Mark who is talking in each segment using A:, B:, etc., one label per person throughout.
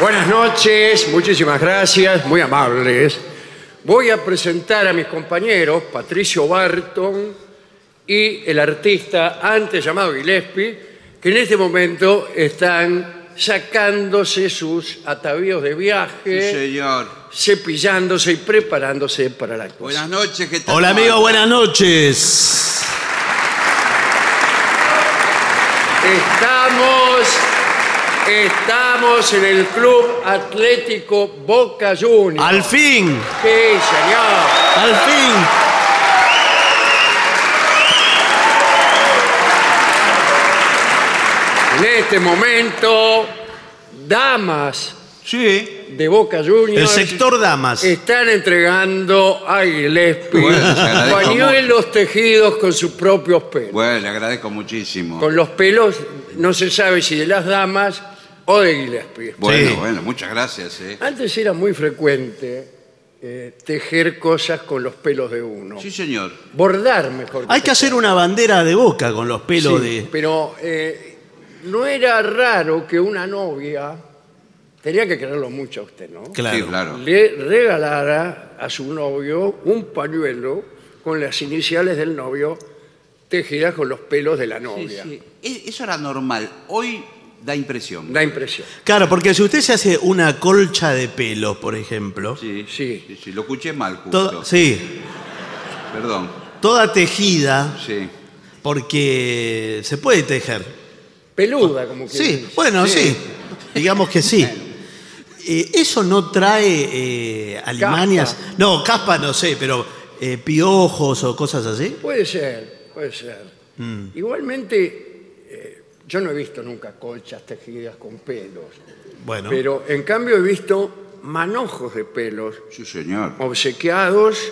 A: Buenas noches, muchísimas gracias, muy amables. Voy a presentar a mis compañeros Patricio Barton y el artista antes llamado Gillespie, que en este momento están sacándose sus atavíos de viaje,
B: Señor.
A: cepillándose y preparándose para la actuación.
B: Buenas noches, ¿qué tal?
C: Hola amigo, buenas noches.
A: Estamos, estamos en el Club Atlético Boca Juniors.
C: Al fin,
A: Sí, señor.
C: al fin.
A: En este momento, damas
C: Sí.
A: de Boca Juniors.
C: El sector damas.
A: Están entregando a Gillespie
B: Bueno, se agradezco
A: pañuelos tejidos con sus propios pelos.
B: Bueno, le agradezco muchísimo.
A: Con los pelos no se sabe si de las damas o de Gillespie.
B: Bueno,
C: Sí.
B: bueno, muchas gracias. eh.
A: Antes era muy frecuente eh, tejer cosas con los pelos de uno.
B: Sí, señor.
A: Bordar mejor.
C: Hay que hacer una bandera de boca con los pelos
A: Sí,
C: de...
A: Pero eh, no era raro que una novia, tenía que quererlo mucho a usted, ¿no?
C: Claro.
B: Sí, claro.
A: Le regalara a su novio un pañuelo con las iniciales del novio tejidas con los pelos de la
B: Sí,
A: novia.
B: sí. E- Eso era normal. Hoy da impresión.
A: Da impresión.
C: Claro, porque si usted se hace una colcha de pelos, por ejemplo,
B: Sí,
A: Sí.
B: sí, sí, Lo escuché mal, justo.
C: toda, sí,
B: Perdón.
C: toda tejida,
B: Sí.
C: porque se puede tejer.
A: Peluda, como que
C: Sí, bueno, sí, digamos que sí. Eh, ¿Eso no trae eh, alimañas?
A: Caspa.
C: No, caspa no sé, pero eh, piojos o cosas así.
A: Puede ser, puede ser.
C: Mm.
A: Igualmente, eh, yo no he visto nunca colchas tejidas con pelos,
C: Bueno,
A: pero en cambio he visto manojos de pelos
B: Sí, señor.
A: obsequiados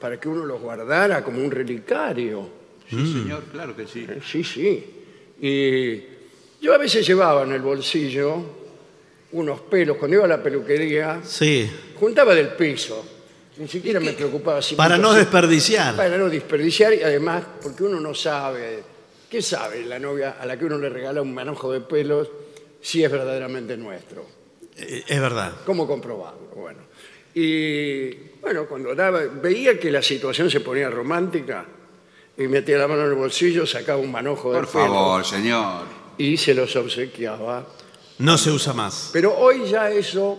A: para que uno los guardara como un relicario.
B: Sí,
C: Mm.
B: señor, claro que sí.
A: Eh, Sí, sí. Y yo a veces llevaba en el bolsillo unos pelos, cuando iba a la peluquería,
C: sí,
A: juntaba del piso. Ni siquiera me preocupaba si
C: para no
A: mucho-
C: desperdiciar.
A: para no desperdiciar y además porque uno no sabe, ¿qué sabe la novia a la que uno le regala un manojo de pelos si es verdaderamente nuestro?
C: Eh, Es verdad.
A: ¿Cómo comprobarlo? Bueno, y Y bueno, cuando daba, veía que la situación se ponía romántica y metía la mano en el bolsillo, sacaba un manojo de
B: Por favor, señor.
A: y se los obsequiaba.
C: No se usa más.
A: Pero hoy ya eso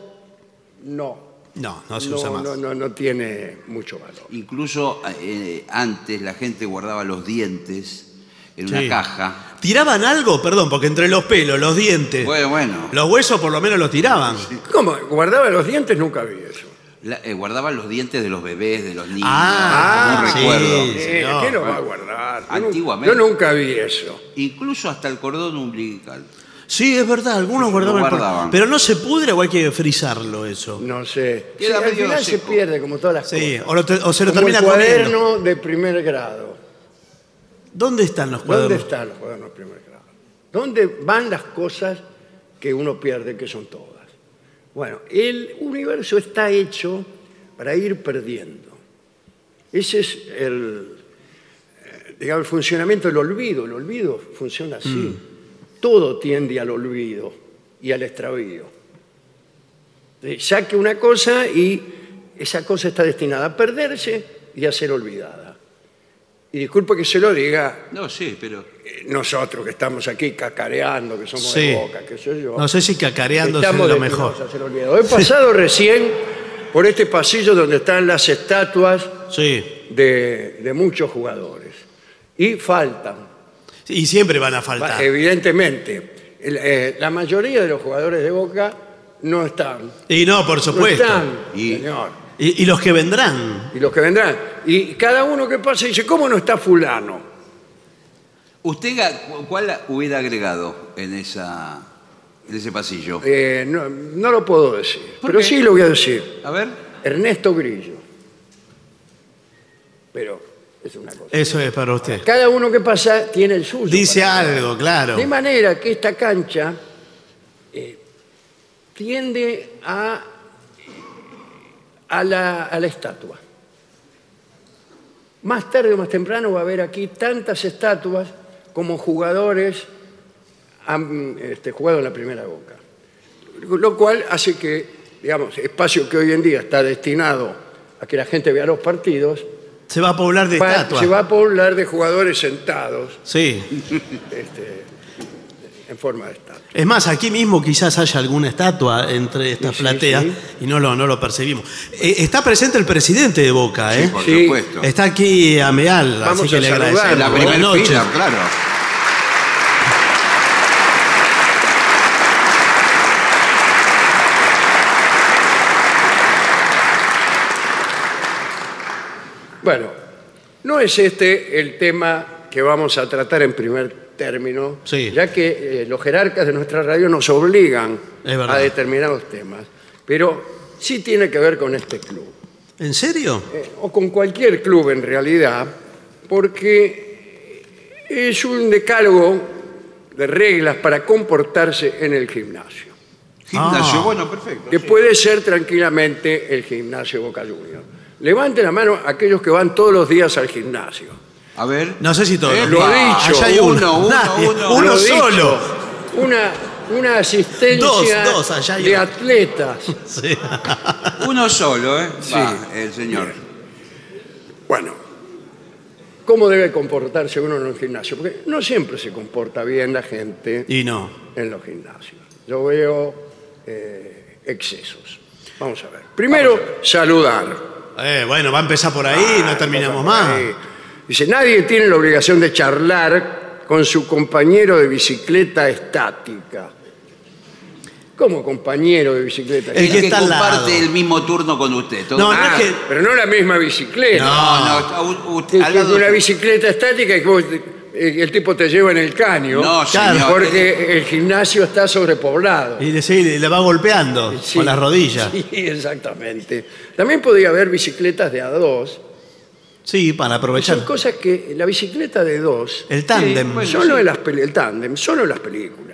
A: no.
C: No, no se
A: No,
C: usa más.
A: no, no, no tiene mucho valor.
B: Incluso eh, antes la gente guardaba los dientes en
C: Sí.
B: una caja.
C: ¿Tiraban algo? Perdón, porque entre los pelos, los dientes,
B: Bueno, bueno.
C: los huesos por lo menos los tiraban.
A: ¿Cómo? Guardaba los dientes, nunca vi eso.
B: La- eh, guardaban los dientes de los bebés, de los niños.
C: Ah,
B: como un
C: sí.
B: recuerdo.
C: Sí.
A: Eh,
C: señor.
A: ¿Qué lo va a guardar? Yo nu-
B: Antiguamente.
A: Yo nunca vi eso.
B: Incluso hasta el cordón umbilical.
C: Sí, es verdad, algunos
B: Lo
C: guardaban, el-
B: guardaban.
C: Pero no se pudre o hay que frizarlo eso.
A: No sé.
B: Queda
A: Sí, al
B: medio
A: final se
B: seco.
A: pierde, como todas las
C: Sí,
A: cosas.
C: o, lo te- o se lo
A: Como
C: termina
A: el
C: comiendo.
A: cuaderno de primer grado.
C: ¿Dónde están los
A: ¿Dónde
C: cuadernos?
A: están los cuadernos de primer grado? ¿Dónde van las cosas que uno pierde, que son todas? Bueno, el universo está hecho para ir perdiendo. Ese es el, eh, digamos, el funcionamiento del olvido. El olvido funciona así.
C: Mm.
A: Todo tiende al olvido y al extravío. Eh, Saque una cosa y esa cosa está destinada a perderse y a ser olvidada. Y disculpe que se lo diga,
B: No, sí, pero.
A: eh, nosotros que estamos aquí cacareando, que somos
C: Sí.
A: de boca, que soy yo.
C: No sé si cacareando es
A: Estamos
C: lo
A: destinados
C: mejor.
A: a hacer olvido. He pasado recién por este pasillo donde están las estatuas
C: Sí.
A: de, de muchos jugadores. Y faltan,
C: Y siempre van a
A: Va- eh,
C: faltar.
A: evidentemente. El- eh, la mayoría de los jugadores de Boca no están.
C: Y no, por
A: No
C: supuesto.
A: están,
B: Y-
A: señor.
C: Y, y los que vendrán.
A: Y los que vendrán. Y cada uno que pasa dice, ¿cómo no está fulano?
B: ¿Usted ga- cu- cuál hubiera agregado en, esa, en ese pasillo?
A: Eh, no, no lo puedo decir,
B: ¿Por
A: pero
B: qué?
A: sí lo voy a decir.
B: A ver.
A: Ernesto Grillo. Pero es una cosa.
C: Eso es para usted.
A: Cada uno que pasa tiene el suyo.
C: Dice
A: para-
C: algo, claro.
A: De manera que esta cancha eh, tiende a, eh, a, la, a la estatua. Más tarde o más temprano va a haber aquí tantas estatuas como jugadores han este, jugado en la primera boca. Lo cual hace que, digamos, espacio que hoy en día está destinado a que la gente vea los partidos,
C: Se va a poblar de
A: va-
C: estatuas.
A: se va a poblar de jugadores sentados
C: Sí.
A: este, en forma de estatua.
C: Es más, aquí mismo quizás haya alguna estatua entre estas
A: Sí, sí,
C: plateas
A: sí.
C: y no lo, no lo percibimos. Eh, está presente el presidente de Boca, ¿eh?
B: Por
A: Sí.
B: supuesto.
C: Está aquí a Meal,
A: Vamos
C: así que
A: a
C: le
A: saludarlo.
C: agradecemos.
B: En la
A: Buenas
B: primera
C: Buenas noches.
B: fila, claro.
A: Bueno, no es este el tema que vamos a tratar en primer término,
C: Sí.
A: ya que eh, los jerarcas de nuestra radio nos obligan
C: Es verdad.
A: a determinados temas, pero sí tiene que ver con este club,
C: ¿En serio?
A: eh, o con cualquier club en realidad, porque es un decálogo de reglas para comportarse en el gimnasio.
B: Gimnasio,
C: Ah.
B: bueno, perfecto.
A: que puede ser tranquilamente el gimnasio Boca Juniors. Levante la mano aquellos que van todos los días al gimnasio.
B: A ver.
C: No sé si todos.
B: Eh,
C: los
B: lo
C: días.
B: ha dicho.
C: Allá hay uno,
B: Uno, uno,
C: Nadie.
B: uno.
C: Uno
A: Lo dicho,
C: solo.
A: Una, una asistencia
C: Dos, dos, allá hay
A: de
C: uno.
A: atletas.
C: Sí.
B: Uno solo, ¿eh?
A: Sí.
B: Va, el señor.
A: Bueno, ¿cómo debe comportarse uno en un gimnasio? Porque no siempre se comporta bien la gente
C: Y no.
A: en los gimnasios. Yo veo eh, excesos. Vamos a ver. Primero, saludar.
C: Eh, bueno, va a empezar por ahí, no terminamos más.
A: Eh, Dice, nadie tiene la obligación de charlar con su compañero de bicicleta estática. ¿Cómo compañero de bicicleta
C: El
B: El
A: estática?
C: que
B: que,
C: está al lado.
B: comparte el mismo turno con usted. todo-
C: No, no
A: Ah,
C: es que-
A: Pero no la misma bicicleta.
B: No, no, está u- usted
A: Te-
B: al
A: te-
B: lado
A: una
B: de-
A: bicicleta estática y vos- eh, el tipo te lleva en el caño.
B: No,
C: Claro.
B: señor.
A: porque el gimnasio está sobrepoblado.
C: Y le, sí, le- le va golpeando
A: Sí,
C: con las rodillas. Sí.
A: Sí, exactamente. También podría haber bicicletas de a dos.
C: para aprovechar.
A: Son cosas que la bicicleta de dos
C: El tándem.
B: Sí, bueno.
A: Solo en las peli- el tándem, solo en las películas.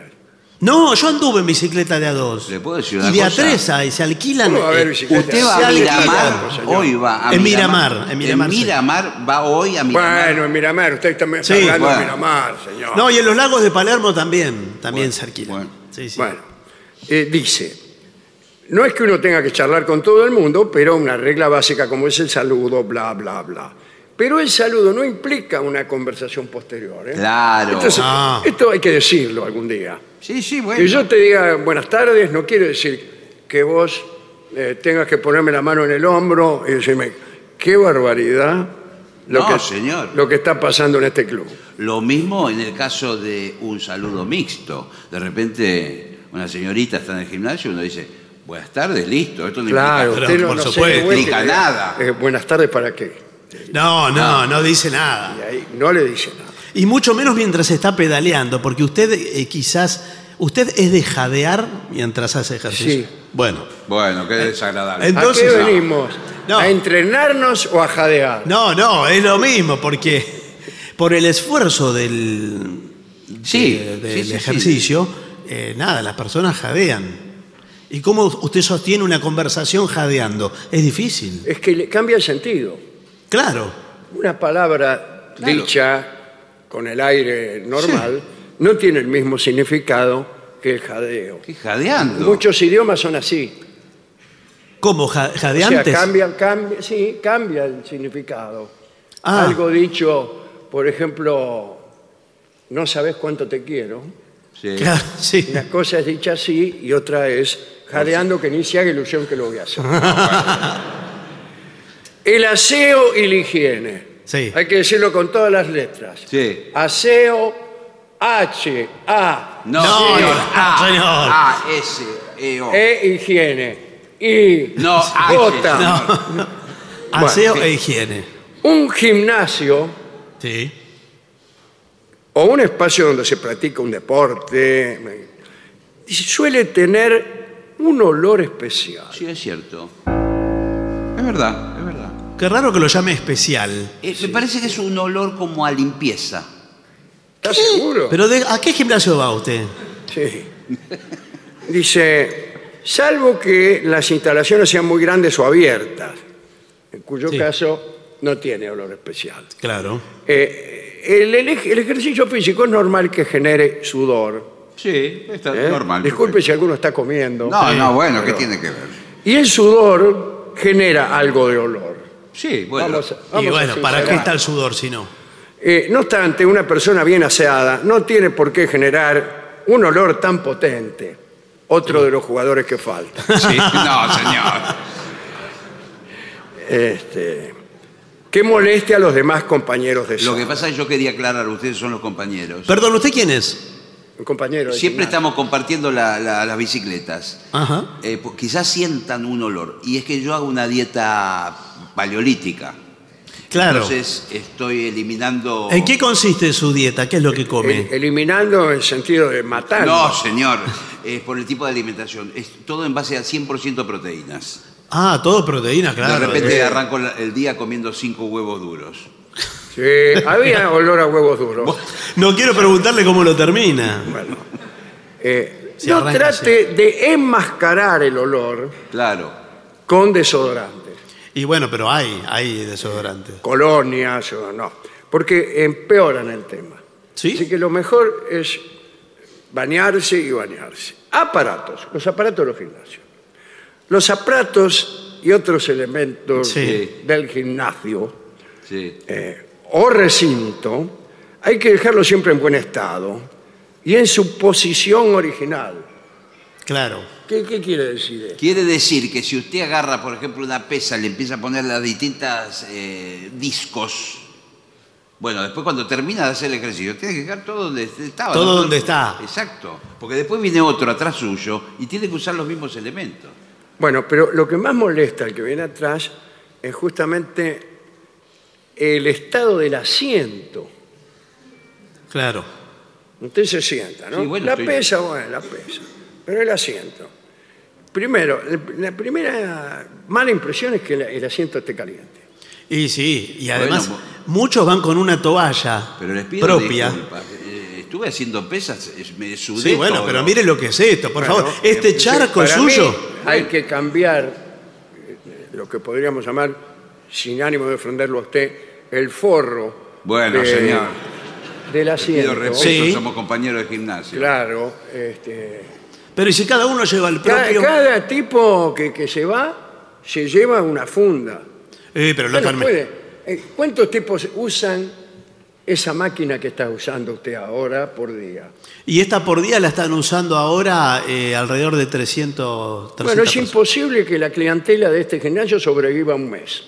C: No, yo anduve en bicicleta de a dos.
B: ¿Le puedo decir una
C: Y de
B: cosa?
C: a tres hay, se alquilan.
A: ¿Cómo va a haber
C: eh,
A: bicicleta?
B: Usted va a
C: Sí,
B: Miramar,
C: claro,
A: señor.
B: hoy va a
C: En Miramar, en Miramar, sí.
B: Miramar va hoy a Miramar.
A: Bueno, en Miramar, usted también está
C: Sí,
A: hablando de
B: bueno.
A: Miramar, señor.
C: No, y en los lagos de Palermo también, también
B: Bueno,
C: se alquilan.
B: bueno.
C: Sí, sí.
A: Bueno, eh, dice, No es que uno tenga que charlar con todo el mundo, pero una regla básica como es el saludo, bla, bla, bla. Pero el saludo no implica una conversación posterior. ¿eh?
B: Claro.
A: Entonces,
C: Ah.
A: esto hay que decirlo algún día.
B: Sí, sí, bueno.
A: Que yo te diga buenas tardes no quiere decir que vos eh, tengas que ponerme la mano en el hombro y decirme, qué barbaridad lo,
B: No,
A: que,
B: señor.
A: lo que está pasando en este club.
B: Lo mismo en el caso de un saludo mixto. De repente, una señorita está en el gimnasio y uno dice, buenas tardes, listo. Esto no
A: Claro,
B: implica-
A: usted no,
C: por
A: no se
C: supuesto.
A: devuelve y le
B: Implica
A: diga,
B: nada.
A: eh, buenas tardes para qué.
C: No,
B: Ah.
C: no, no dice
A: Y
C: nada.
A: ahí no le dice nada.
C: Y mucho menos mientras está pedaleando, porque usted eh, quizás. ¿Usted es de jadear mientras hace ejercicio?
A: Sí.
C: Bueno.
B: Bueno, qué desagradable.
C: Ent- Eh, Entonces,
A: ¿A qué
C: no.
A: venimos?
C: No.
A: ¿A entrenarnos o a jadear?
C: No, no, es lo mismo, porque por el esfuerzo del,
B: Ah, Sí, sí,
C: de- eh, del
B: sí, sí.
C: ejercicio, eh, nada, las personas jadean. ¿Y cómo usted sostiene una conversación jadeando? Es difícil.
A: Es que le cambia el sentido.
C: Claro.
A: Una palabra
B: Claro.
A: dicha con el aire normal no tiene el mismo significado que el jadeo.
B: Qué jadeando.
A: Muchos idiomas son así.
C: ¿Cómo? Ja-
A: O sea,
C: ¿Jadeantes?
A: cambian, cambian, sí, cambia el significado.
C: Ah.
A: Algo dicho, por ejemplo, no sabes cuánto te quiero.
B: Sí.
C: Claro, sí.
A: Una cosa es dicha así y otra es jadeando que ni se haga ilusión que lo voy a hacer. el aseo y la higiene.
C: Sí.
A: Hay que decirlo con todas las letras.
B: Sí.
A: Aseo H, A,
B: No,
C: No,
B: señor. Ah,
C: no,
B: A,
C: señor. Eh,
B: A, S, E, O.
A: E, higiene. Y
B: No, A,
A: J.
B: señor.
C: Aseo
B: sí.
C: e higiene.
A: Un gimnasio
C: Sí.
A: o un espacio donde se practica un deporte me- suele tener un olor especial.
B: Sí, es cierto. Es verdad, es verdad.
C: Qué raro que lo llame especial.
B: Eh, Me parece que es un olor como a limpieza.
A: ¿Estás seguro?
C: ¿Pero de- a qué gimnasio va usted?
A: Sí. Dice, salvo que las instalaciones sean muy grandes o abiertas, en cuyo
C: Sí.
A: caso no tiene olor especial.
C: Claro.
A: Eh, el, el ej- el ejercicio físico es normal que genere sudor.
B: Sí, está
A: ¿eh? Disculpe si alguno está comiendo.
B: No, no, bueno,
A: pero-
B: ¿qué tiene que ver?
A: Y el sudor genera algo de olor.
B: Sí, bueno.
A: Vamos a-
C: y
A: vamos a
C: bueno, ¿para
A: sincerar.
C: qué está el sudor si no?
A: Eh, no obstante, una persona bien aseada no tiene por qué generar un olor tan potente. Otro de los jugadores que falta.
B: Sí, no, señor.
A: Este, que moleste a los demás compañeros de
B: Lo
A: sala.
B: que pasa es que yo quería aclarar, ustedes son los compañeros.
C: Perdón, ¿usted quién es?
A: Compañero de
B: Siempre
A: gimnasio.
B: estamos compartiendo la- la- las bicicletas.
C: Ajá.
B: Eh, pues, quizás sientan un olor. Y es que yo hago una dieta paleolítica.
C: Claro.
B: Entonces estoy eliminando...
C: ¿En qué consiste su dieta? ¿Qué es lo que come?
A: El- eliminando en sentido de matar.
B: No, señor. Es por el tipo de alimentación. Es todo en base a 100% proteínas.
C: Ah, todo proteína,
B: de
C: claro.
B: repente
A: eh.
B: arranco la- el día comiendo cinco huevos duros.
A: Sí, había olor a huevos duros.
C: No quiero preguntarle cómo lo termina.
A: Bueno, eh,
C: Si
A: no
C: arranca,
A: trate de enmascarar el olor
B: Claro.
A: con desodorantes,
C: Y bueno, pero hay, hay desodorantes.
A: colonias o no, porque empeoran el tema. Así
C: ¿Sí?
A: que lo mejor es bañarse y bañarse. Aparatos, los aparatos de los gimnasios. Los aparatos y otros elementos
C: Sí.
A: del gimnasio
B: Sí.
A: eh, o recinto hay que dejarlo siempre en buen estado y en su posición original.
C: Claro.
A: ¿Qué, qué quiere decir esto?
B: Quiere decir que si usted agarra, por ejemplo, una pesa, le empieza a poner las distintas eh, discos. Bueno, después cuando termina de hacer el ejercicio, tiene que dejar todo donde estaba.
C: Todo
B: ¿no?
C: donde está.
B: Exacto. Porque después viene otro atrás suyo y tiene que usar los mismos elementos.
A: Bueno, pero lo que más molesta al que viene atrás es justamente el estado del asiento.
C: Claro.
A: Usted se sienta, ¿no?
B: Sí, bueno,
A: la
B: estoy-
A: pesa, bueno, la pesa. Pero el asiento. Primero, el- la primera mala impresión es que la- el asiento esté caliente.
C: Y sí, y además
B: Bueno,
C: muchos van con una toalla
B: Pero les pido
C: propia.
B: disculpas. Eh, Estuve haciendo pesas, eh, me sudé
C: Sí, bueno,
B: todo.
C: pero mire lo que es esto, por
A: Bueno, eh,
C: favor. Este charco
A: para
C: suyo.
A: mí hay que cambiar eh, lo que podríamos llamar, sin ánimo de ofenderlo a usted, el forro.
B: Bueno,
A: de-
B: señor.
A: Del
B: Pido
A: asiento.
B: respeto,
C: Sí.
B: somos compañeros de gimnasio.
A: Claro, este,
C: Pero ¿y si cada uno lleva el
A: Ca-
C: propio?
A: cada tipo que, que se va se lleva una funda.
C: Eh, pero lo
A: Usted no
C: otro-
A: puede. Eh, ¿Cuántos tipos usan esa máquina que está usando usted ahora por día?
C: Y esta por día la están usando ahora eh, alrededor de 300, 300
A: Bueno, es
C: personas.
A: imposible que la clientela de este gimnasio sobreviva un mes.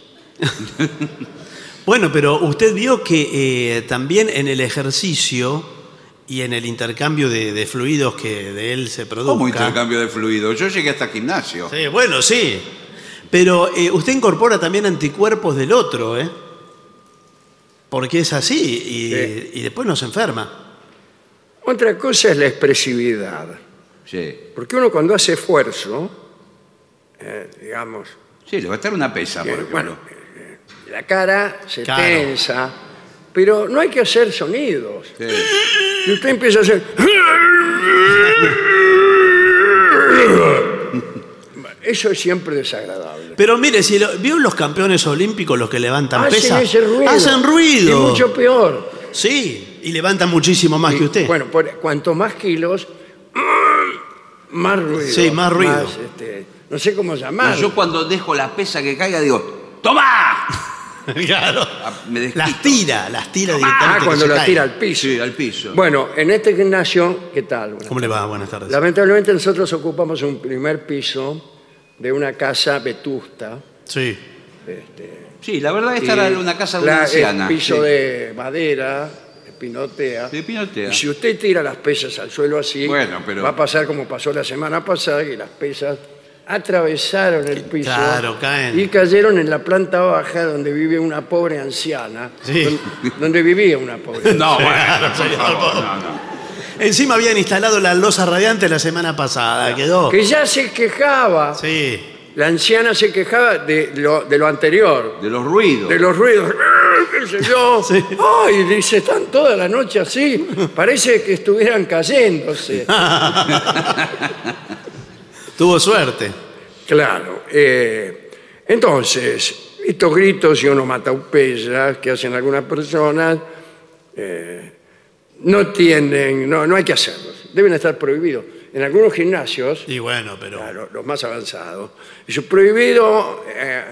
C: Bueno, pero usted vio que eh, también en el ejercicio y en el intercambio de, de fluidos que de él se produce.
B: ¿Cómo intercambio de fluido? Yo llegué hasta el gimnasio.
C: Sí, bueno, sí. Pero eh, usted incorpora también anticuerpos del otro, ¿eh? Porque es así y,
A: Sí.
C: y después nos enferma.
A: Otra cosa es la expresividad.
B: Sí.
A: Porque uno cuando hace esfuerzo, eh, digamos,
B: Sí, levantar una pesa, por
A: que,
B: ejemplo.
A: bueno, eh, la cara se
C: Claro.
A: tensa, pero no hay que hacer sonidos.
B: Sí.
A: Si usted empieza a hacer... Eso es siempre desagradable.
C: Pero mire, si lo- vio los campeones olímpicos los que levantan
A: Hacen
C: pesas,
A: ese ruido.
C: hacen ruido.
A: Y mucho peor.
C: Sí, y levantan muchísimo más que usted.
A: Bueno, por- cuanto más kilos, mm, más ruido.
C: Sí, más ruido.
A: este, no sé cómo
B: No,
A: llamarlo.
B: yo cuando dejo la pesa que caiga digo, ¡toma!
C: claro.
B: Ah, Me desquito.
C: Las tira, las tira
A: Ah,
C: directamente. que
A: cuando
C: se
A: la
C: caen.
A: tira al piso.
B: Sí, al piso.
A: Bueno, en este gimnasio, ¿qué tal? Buenas
C: ¿Cómo le va? Buenas tardes.
A: Lamentablemente nosotros ocupamos un primer piso de una casa vetusta.
C: Sí.
B: sí, Eh, la verdad esta era
A: Y
B: una casa de
A: la-
B: una anciana.
A: El piso
B: sí.
A: de madera, espinotea.
B: Sí, pinotea.
A: Y si usted tira las pesas al suelo así,
B: Bueno, pero-
A: va a pasar como pasó la semana pasada, que las pesas atravesaron
B: Eh,
A: el piso
C: Claro, caen.
A: y cayeron en la planta baja donde vive una pobre anciana,
C: Sí.
A: don- donde, vivía una pobre.
B: No, bueno, por favor, no, no.
C: Encima habían instalado la losa radiante la semana pasada, quedó.
A: Que ya se quejaba,
C: Sí.
A: la anciana se quejaba de lo, de lo anterior,
B: De los ruidos.
A: de los ruidos. ¡Ah, ¿Qué sé yo?
C: Sí.
A: Ay, dice, están toda la noche así, parece que estuvieran cayéndose.
C: Tuvo suerte.
A: Claro. eh, entonces, estos gritos y onomatopeyas que hacen algunas personas eh, no tienen, no, no hay que hacerlos. Deben estar prohibidos. En algunos gimnasios,
C: Y bueno, pero.
A: claro, los más avanzados, es prohibido eh,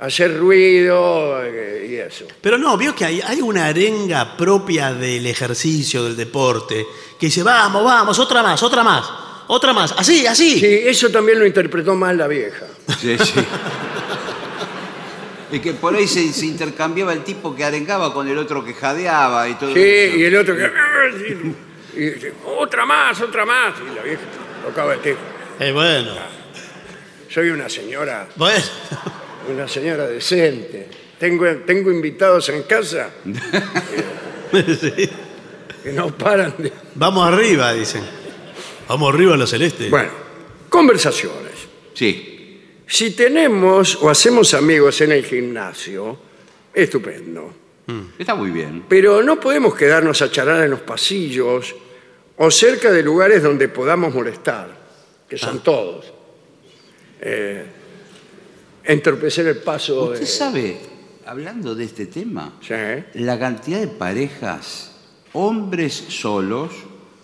A: hacer ruido eh, y eso.
C: Pero no, vio que hay, hay una arenga propia del ejercicio, del deporte, que dice, vamos, vamos, otra más, otra más, otra más, así, así.
A: Sí, eso también lo interpretó mal la vieja.
B: Sí, sí. Y que por ahí se, se intercambiaba el tipo que arengaba con el otro que jadeaba y todo
A: Sí,
B: eso.
A: y el otro que... "Ah, y dice, otra más, otra más. Y la vieja tocaba el teclado.
C: Eh, bueno,
A: Soy una señora
C: bueno.
A: Una señora decente. Tengo, tengo invitados en casa
C: sí.
A: que no paran de...
C: Vamos arriba, dicen. Vamos arriba a la celeste.
A: Bueno, conversaciones.
B: Sí.
A: Si tenemos o hacemos amigos en el gimnasio, estupendo.
B: Está muy bien.
A: Pero no podemos quedarnos a charlar en los pasillos o cerca de lugares donde podamos molestar, que son todos. Eh, entorpecer el paso de...
B: Usted sabe, hablando de este tema,
A: Sí.
B: la cantidad de parejas, hombres solos,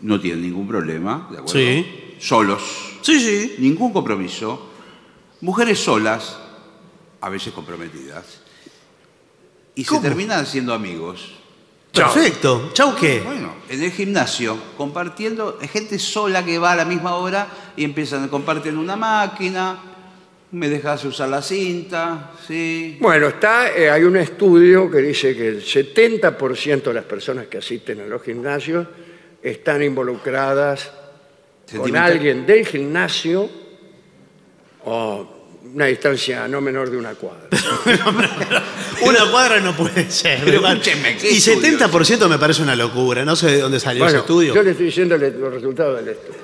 B: no tienen ningún problema, ¿de acuerdo?
C: Sí.
B: Solos,
C: Sí, sí.
B: ningún compromiso. Mujeres solas, a veces comprometidas, y
C: ¿Cómo?
B: se terminan siendo amigos.
A: Chao.
C: Perfecto. Chau, ¿qué?
B: Bueno, en el gimnasio, compartiendo, hay gente sola que va a la misma hora y empiezan, comparten una máquina, me dejas usar la cinta, sí.
A: Bueno, está, eh, hay un estudio que dice que el 70% de las personas que asisten a los gimnasios están involucradas con
B: Sentimental.
A: alguien del gimnasio o una distancia no menor de una cuadra.
C: Una cuadra no puede ser.
B: Pero
C: ¿verdad?
B: escúcheme, ¿qué
C: y
B: estudio?
C: 70% me parece una locura. No sé de dónde salió ese
A: Bueno,
C: estudio.
A: yo le estoy diciendo le- los resultados del estudio.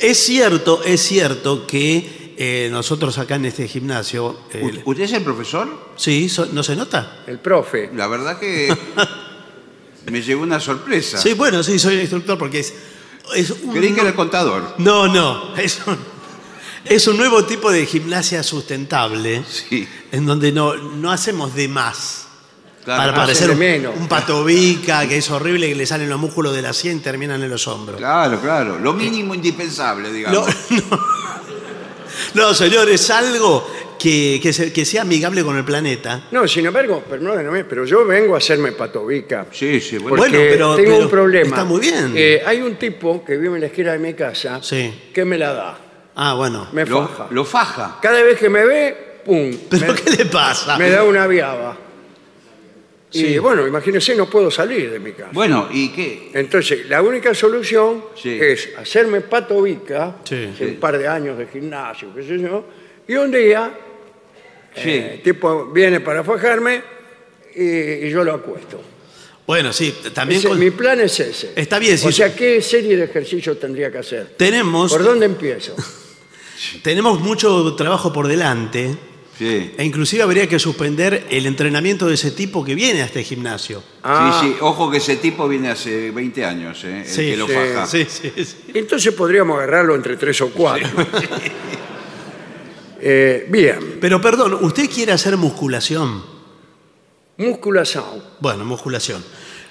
C: Es cierto, es cierto que eh, nosotros acá en este gimnasio. eh,
B: U- ¿Usted es el profesor?
C: sí, so- ¿no se nota?
A: El profe.
B: La verdad que me llegó una sorpresa.
C: Sí, bueno, sí, soy el instructor porque es. es un-
B: Creí que era el contador.
C: No, no. Es un, es un nuevo tipo de gimnasia sustentable
B: Sí.
C: en donde no, no hacemos de más.
B: Claro,
C: para
B: hace
C: parecer
A: de
C: un,
A: menos.
C: un patobica, que es horrible, que le salen los músculos de la sien y terminan en los hombros.
B: Claro, claro. Lo mínimo indispensable,
C: No,
B: digamos.
C: no. No, señores, algo que, que se- que sea amigable con el planeta.
A: No, sin embargo, perdónenme, pero yo vengo a hacerme patobica.
B: Sí, sí, bueno.
A: Porque
C: Bueno, pero-
A: tengo
C: pero
A: un problema.
C: está muy bien.
A: Eh, hay un tipo que vive en la esquina de mi casa
C: Sí.
A: que me la da,
C: Ah, bueno.
A: me
B: Lo,
A: faja.
B: lo faja.
A: Cada vez que me ve, pum,
C: ¿Pero
A: me,
C: qué le pasa?
A: me da una viaba.
C: Sí.
A: Y bueno, imagínense, no puedo salir de mi casa.
B: Bueno, ¿y qué?
A: Entonces, la única solución
B: Sí.
A: es hacerme patobica,
C: Sí.
A: hacer un par de años de gimnasio, qué sé yo, y un día
C: Eh,
A: el tipo viene para fajarme y, y yo lo acuesto.
C: Bueno, sí, también
A: Ese-
C: con-
A: Mi plan es ese.
C: Está bien, sí.
A: O sea, ¿qué serie de ejercicios tendría que hacer?
C: tenemos,
A: ¿Por dónde empiezo?
C: tenemos mucho trabajo por delante
B: Sí.
C: e inclusive habría que suspender el entrenamiento de ese tipo que viene a este gimnasio.
A: Ah,
B: Sí, sí. Ojo que ese tipo viene hace 20 años, ¿eh? El
C: Sí,
B: que lo
C: sí,
B: faja.
C: Sí, sí, sí.
A: Entonces podríamos agarrarlo entre tres o cuatro. Eh, bien,
C: Pero perdón, ¿usted quiere hacer musculación?
A: musculación.
C: Bueno, musculación.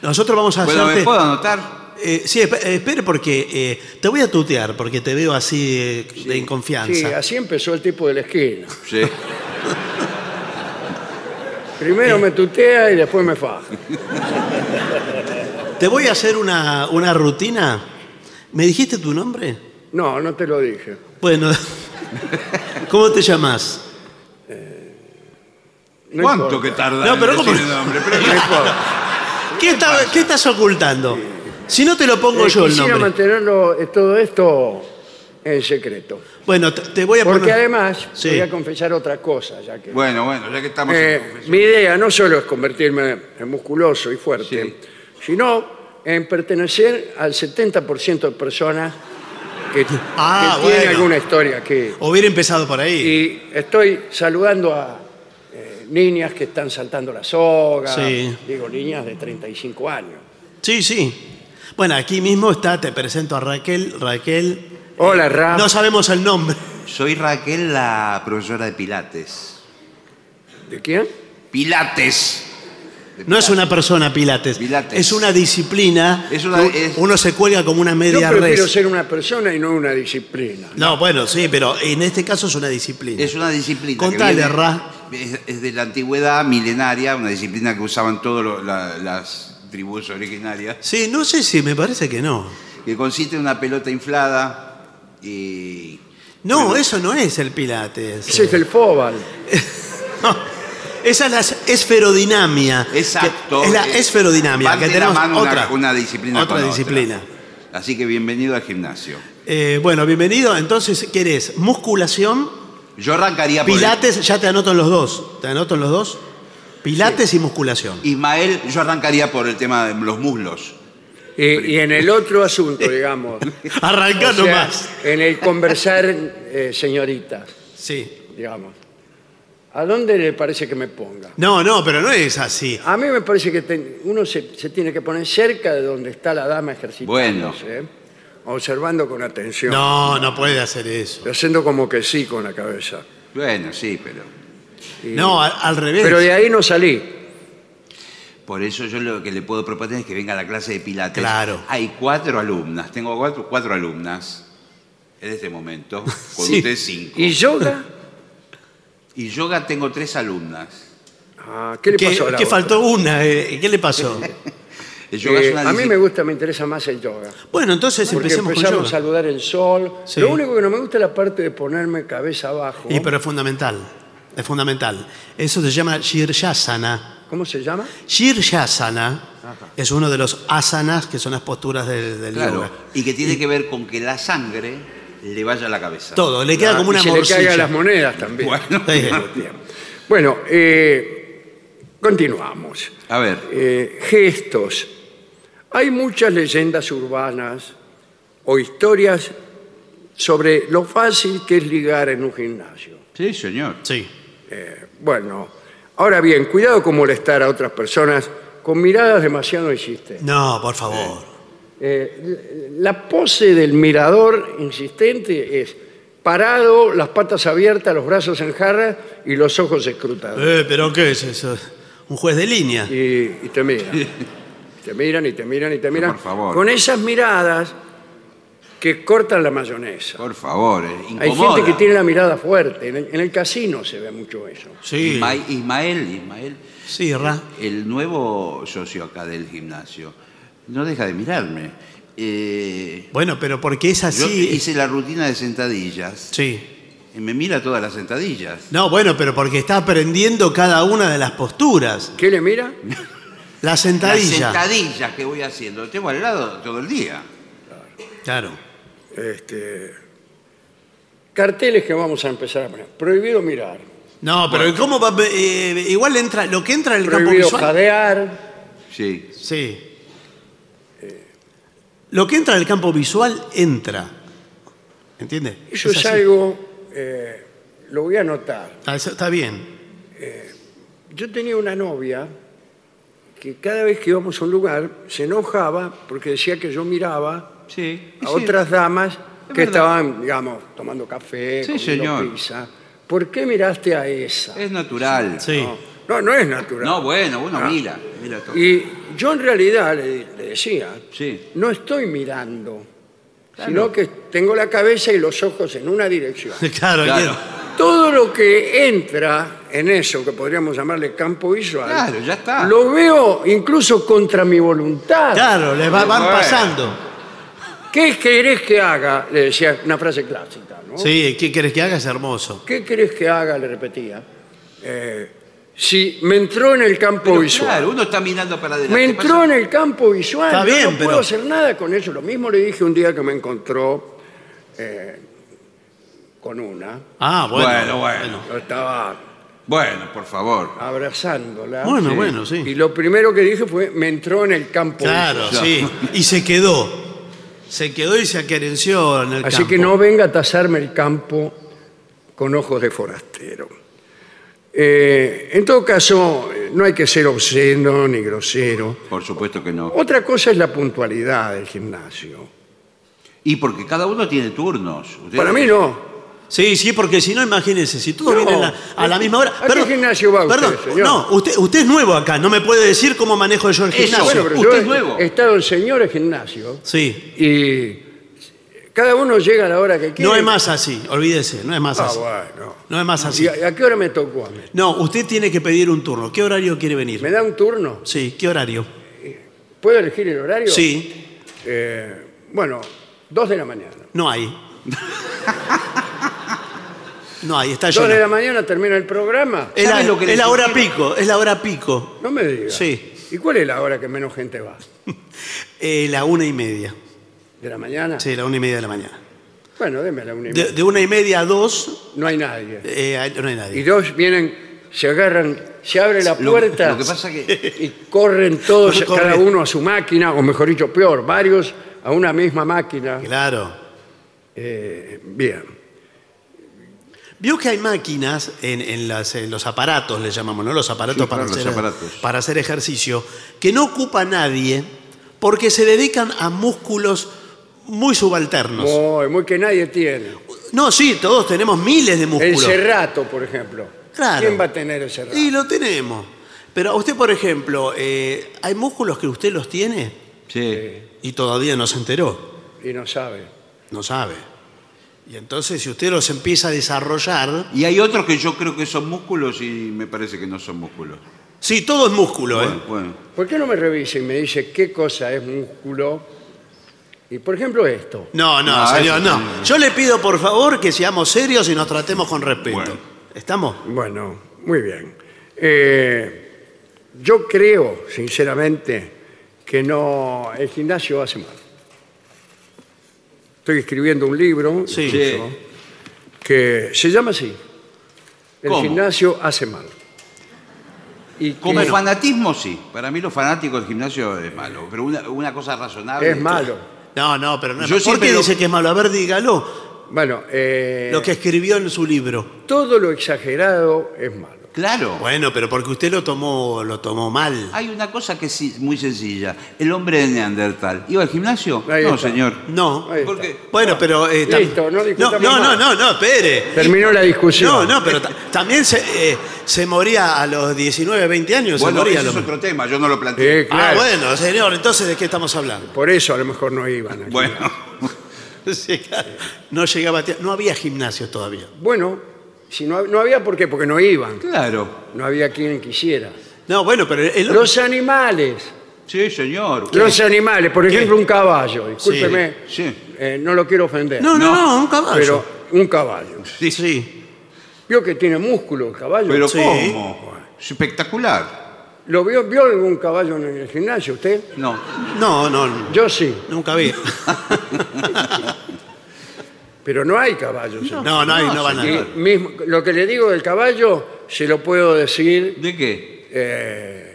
C: Nosotros vamos a
B: Bueno, ¿me
C: hacerte...
B: puedo anotar?
C: Eh, sí, esp- eh, espere porque eh, te voy a tutear porque te veo así eh, de
A: Sí,
C: inconfianza.
A: así empezó el tipo de la esquina.
B: Sí.
A: Primero me tutea y después me faja.
C: Te voy a hacer una, una rutina. ¿Me dijiste tu nombre?
A: No, no te lo dije.
C: Bueno, ¿cómo te llamas?
A: No
B: ¿Cuánto
A: importa.
B: que tarda?
C: No,
B: en
C: pero ¿cómo?
B: decir el nombre? Pero-
A: No importa.
C: ¿Qué, está- qué estás ocultando? Si no te lo pongo
A: Eh,
C: yo el
A: quisiera
C: nombre.
A: mantenerlo eh, todo esto en secreto.
C: Bueno, te, te voy a
A: Porque
C: poner.
A: además,
C: Sí.
A: voy a confesar otra cosa, ya que.
B: Bueno, bueno, ya que estamos
A: Eh,
B: en confesión.
A: mi idea no solo es convertirme en musculoso y fuerte,
B: Sí.
A: sino en pertenecer al 70% de personas que,
C: Ah,
A: que tienen
C: bueno.
A: alguna historia aquí.
C: Hubiera empezado por ahí.
A: Y estoy saludando a eh, niñas que están saltando la soga,
C: Sí.
A: digo, niñas de 35 años.
C: Sí, sí. Bueno, aquí mismo está, te presento a Raquel. Raquel.
A: Hola, Ra.
C: Eh, No sabemos el nombre.
B: Soy Raquel, la profesora de Pilates.
A: ¿De quién?
B: Pilates.
C: No es una persona Pilates.
B: Pilates.
C: Es una disciplina.
B: Es una-
C: que
B: es-
C: Uno se cuelga como una
A: Yo
C: media
A: prefiero
C: res.
A: ser una persona y no una disciplina.
C: No, bueno, sí, pero en este caso es una disciplina.
B: Es una disciplina. que
C: Contale,
B: viene-
C: Ra.
B: Es, es de la antigüedad milenaria, una disciplina que usaban todas las tribus originarias,
C: Sí, no sé si me parece que no.
B: que consiste en una pelota inflada y.
C: No, eso no es el Pilates.
A: Ese es el Fobal.
C: No, Esa es la esferodinamia.
B: Exacto.
C: Que- es la
B: Eh,
C: esferodinamia.
B: van
C: Que
B: de la
C: tenemos
B: mano una-
C: otra,
B: una disciplina
C: Otra
B: con otra.
C: disciplina.
B: Así que bienvenido al gimnasio.
C: Eh, bueno, bienvenido. Entonces, ¿querés musculación?
B: Yo arrancaría por. el-
C: Pilates, ya te anoto en los dos. ¿Te anoto en los dos? Pilates y musculación.
B: Ismael, yo arrancaría por el tema de los muslos.
A: Y, y en el otro asunto, digamos.
C: Arrancá
A: O sea,
C: nomás.
A: en el conversar, eh, señoritas,
C: Sí.
A: digamos. ¿A dónde le parece que me ponga?
C: No, no, pero no es así.
A: A mí me parece que ten- uno se, se tiene que poner cerca de donde está la dama ejercitándose, ¿eh? observando con atención,
C: No, no puede hacer eso.
A: haciendo como que sí con la cabeza.
B: Bueno, sí, pero.
C: No, al, al revés.
A: Pero de ahí no salí.
B: Por eso yo lo que le puedo proponer es que venga a la clase de Pilates.
C: Claro.
B: Hay cuatro alumnas, tengo cuatro, cuatro alumnas en este momento, con
C: Sí.
B: usted cinco.
A: ¿Y yoga?
B: Y yoga tengo tres alumnas.
A: Ah, ¿Qué le
C: que,
A: pasó a la
C: que
A: otra?
C: faltó una. eh, ¿Qué le pasó?
B: El yoga es
A: Eh,
B: una
A: a mí
B: disci-
A: me gusta, me interesa más el yoga.
C: Bueno, entonces
A: Porque
C: empecemos con
A: empezamos a
C: yoga.
A: saludar el sol.
C: Sí.
A: Lo único que no me gusta es la parte de ponerme cabeza abajo.
C: Y pero es fundamental, es fundamental. Eso se llama Shirshasana.
A: ¿Cómo se llama?
C: Shirshasana es uno de los asanas que son las posturas del, del
B: Claro.
C: yoga.
B: Y que tiene que ver con que la sangre le vaya a la cabeza.
C: Todo, le queda
A: Ah,
C: como
A: y
C: una
A: se le caiga las
C: morcilla.
A: monedas también.
B: Bueno,
C: Sí.
A: Bien. Bueno, eh, continuamos.
B: a ver.
A: Eh, gestos. Hay muchas leyendas urbanas o historias sobre lo fácil que es ligar en un gimnasio.
B: Sí, señor.
C: Sí.
A: Bueno, ahora bien, cuidado con molestar a otras personas con miradas demasiado insistentes.
C: No, por favor.
A: Eh, la pose del mirador insistente es parado, las patas abiertas, los brazos en jarra y los ojos escrutados.
C: Eh, pero ¿qué es eso? un juez de línea.
A: y, y te miran. te miran y te miran y te miran.
B: por favor.
A: Con esas miradas que cortan la mayonesa.
B: Por favor, eh,
A: Hay
B: incomoda.
A: gente que tiene la mirada fuerte. En el, en el casino se ve mucho eso.
C: Sí,
B: Isma- Ismael, Ismael,
C: sí, Ra.
B: el nuevo socio acá del gimnasio, no deja de mirarme. Eh,
C: Bueno, pero porque es
B: yo
C: así.
B: hice la rutina de sentadillas
C: Sí.
B: y me mira todas las sentadillas.
C: No, bueno, pero porque está aprendiendo cada una de las posturas.
A: ¿Qué le mira?
C: La
B: Las
C: sentadilla.
B: sentadillas que voy haciendo, tengo al lado todo el día.
C: Claro.
A: Este, carteles que vamos a empezar a poner. Prohibido mirar.
C: No, pero ¿cómo va? eh, igual entra, lo que entra en el campo
A: Prohibido
C: visual.
A: jadear.
B: Sí.
C: Sí. Lo que entra en el campo visual entra. ¿Entiende?
A: Eso
C: Es
A: es
C: así.
A: algo... eh, lo voy a anotar.
C: Ah, eso está bien.
A: Yo tenía una novia que cada vez que íbamos a un lugar se enojaba porque decía que yo miraba
B: Sí.
A: a otras damas que
B: verdad.
A: estaban, digamos, tomando café,
B: Sí,
A: comiendo
B: señor.
A: pizza. ¿Por qué miraste a esa?
B: Es natural.
C: Sí.
A: No, no, no es natural.
B: No, bueno, uno mira, mira todo.
A: Y yo en realidad le, le decía,
B: Sí.
A: no estoy mirando, sino que tengo la cabeza y los ojos en una dirección.
C: Claro,
B: Claro.
C: bien.
A: Todo lo que entra en eso que podríamos llamarle campo visual,
B: Claro, ya está.
A: lo veo incluso contra mi voluntad.
C: Claro, le va- van
B: Bueno.
C: pasando.
A: ¿Qué querés que haga? Le decía una frase clásica, ¿no?
C: Sí, ¿qué querés que haga? Es hermoso.
A: ¿Qué querés que haga? Le repetía. Eh, si me entró en el campo
B: Pero
A: visual.
B: claro, uno está mirando para adelante.
A: Me entró en el campo visual.
C: Está
A: yo
C: bien,
A: no
C: pero-
A: puedo hacer nada con eso. Lo mismo le dije un día que me encontró eh, con una.
C: Ah, bueno.
B: Bueno, bueno.
A: Yo estaba
B: Bueno, por favor.
A: abrazándola.
C: Bueno, bueno, sí.
A: Y lo primero que dije fue, me entró en el campo
C: Claro,
A: visual.
C: sí. Y se quedó. Se quedó y se aquerenció en el
A: Así
C: campo.
A: que no venga a tasarme el campo con ojos de forastero. Eh, en todo caso, eh, no hay que ser obsceno ni grosero.
B: Por supuesto que no.
A: Otra cosa es la puntualidad del gimnasio.
B: Y porque cada uno tiene turnos. Ustedes-
A: Para mí no.
C: Sí, sí, porque si no, imagínense, si todos
A: No.
C: vienen a, a la misma hora.
A: ¿A qué gimnasio va usted,
C: perdón,
A: señor?
C: No, usted, usted es nuevo acá, no me puede decir cómo manejo yo el gimnasio.
A: Bueno, pero
B: Ah, Usted
A: yo
B: es nuevo.
A: he estado en señores gimnasio
C: sí,
A: y cada uno llega a la hora que quiere.
C: no es más así, olvídese, no es más
A: Ah,
C: así.
A: bueno.
C: No es más así.
A: ¿Y a, a qué hora me tocó a mí?
C: No, usted tiene que pedir un turno. ¿Qué horario quiere venir?
A: ¿Me da un turno?
C: Sí, ¿qué horario?
A: ¿Puedo elegir el horario?
C: Sí,
A: Eh, bueno, dos de la mañana.
C: no hay. No Eh, hay, está
A: Dos de la
C: lleno.
A: mañana termina el programa.
C: Es la,
B: ¿Sabe lo que
C: es
B: le
C: la hora
B: sugiero?
C: pico, es la hora pico.
A: No me digas.
C: Sí.
A: ¿Y cuál es la hora que menos gente va?
C: Eh, la una y media.
A: ¿De la mañana?
C: Sí, la una y media de la mañana.
A: Bueno, déme la una y
C: De,
A: media.
C: de una y media a dos,
A: No hay nadie.
C: eh, hay- no hay nadie.
A: Y dos vienen, se agarran, se abre la
B: Lo-
A: puerta.
B: lo que pasa que-
A: Y corren todos,
C: Corre.
A: cada uno a su máquina, o mejor dicho, peor, varios a una misma máquina.
C: Claro.
A: Eh, bien.
C: Vio que hay máquinas en, en las, en los aparatos, le llamamos, ¿no? Los aparatos,
B: Sí,
C: para,
B: claro,
C: hacer,
B: los aparatos.
C: para hacer ejercicio, que no ocupa nadie porque se dedican a músculos muy subalternos.
A: Muy, muy que nadie tiene.
C: No, sí, todos tenemos miles de
A: El
C: músculos.
A: cerrato, por ejemplo.
C: Claro.
A: ¿Quién va a tener el cerrato?
C: Y lo tenemos. Pero a usted, por ejemplo, eh, hay músculos que usted los tiene
B: Sí.
C: y todavía no se enteró,
A: Y no sabe.
C: no sabe. Y entonces, si usted los empieza a desarrollar,
B: Y hay otros que yo creo que son músculos y me parece que no son músculos.
C: sí, todo es músculo, ¿eh?
B: Bueno, bueno.
A: ¿Por qué no me revisa y me dice qué cosa es músculo? Y por ejemplo esto.
C: No, no,
B: No,
C: señor,
B: eso
C: no. Yo le pido por favor que seamos serios y nos tratemos con respeto.
B: Bueno.
C: ¿Estamos?
A: Bueno, muy bien. Eh, yo creo, sinceramente, que no. El gimnasio hace mal. Estoy escribiendo un libro
C: Sí.
A: incluso, que se llama así. El
B: ¿Cómo?
A: gimnasio hace mal. Y
B: Como
A: que
B: fanatismo, sí. Para mí los fanáticos del gimnasio es malo. Pero una, una cosa razonable.
A: es malo.
C: No, no, pero no.
B: Yo
C: ¿Por
B: siempre
C: qué
B: lo-
C: dice que es malo? A ver, dígalo.
A: Bueno, eh,
C: Lo que escribió en su libro.
A: todo lo exagerado es malo.
B: Claro.
C: Bueno, pero porque usted lo tomó, lo tomó mal.
B: Hay una cosa que es muy sencilla. El hombre de Neandertal. ¿Iba al gimnasio?
A: Ahí
B: no,
A: está.
B: señor.
C: No.
A: Ahí está.
B: Porque-
C: Bueno, pero. eh, tam-
A: Listo, no
C: no,
A: discutamos
C: no, no,
A: más.
C: no, no, espere.
A: Terminó la
C: No,
A: discusión.
C: no, pero ta- también se, eh, se moría a los 19, 20 años. se
B: Bueno,
C: moría
B: ese
C: lo-
B: es otro tema, yo no lo planteé.
A: Sí, claro.
C: Ah, bueno, señor, entonces, ¿de qué estamos hablando?
A: Por eso a lo mejor no iban. aquí.
B: Bueno,
C: Sí, claro. No llegaba a tie- No había gimnasio todavía.
A: Bueno, si no, no había por qué, porque no iban.
B: claro.
A: No había quien quisiera.
C: No, bueno, pero el hombre.
A: Los animales.
B: Sí, señor.
A: Los animales, por ejemplo, un caballo. Discúlpeme,
B: Sí.
A: eh, no lo quiero ofender.
C: No,
B: No,
C: no, no, un caballo.
A: pero un caballo.
C: sí. sí.
A: Vio que tiene músculo el caballo.
B: Pero
C: Sí.
B: ¿cómo? Espectacular.
A: ¿Lo vio, vio algún caballo en el gimnasio usted?
B: No.
C: No, no, no,
A: Yo sí,
C: nunca vi.
A: pero no hay caballos.
C: No, no, hay, no van a
A: Y
C: ver.
A: mismo- lo que le digo del caballo, se lo puedo decir.
B: ¿De qué?
A: eh,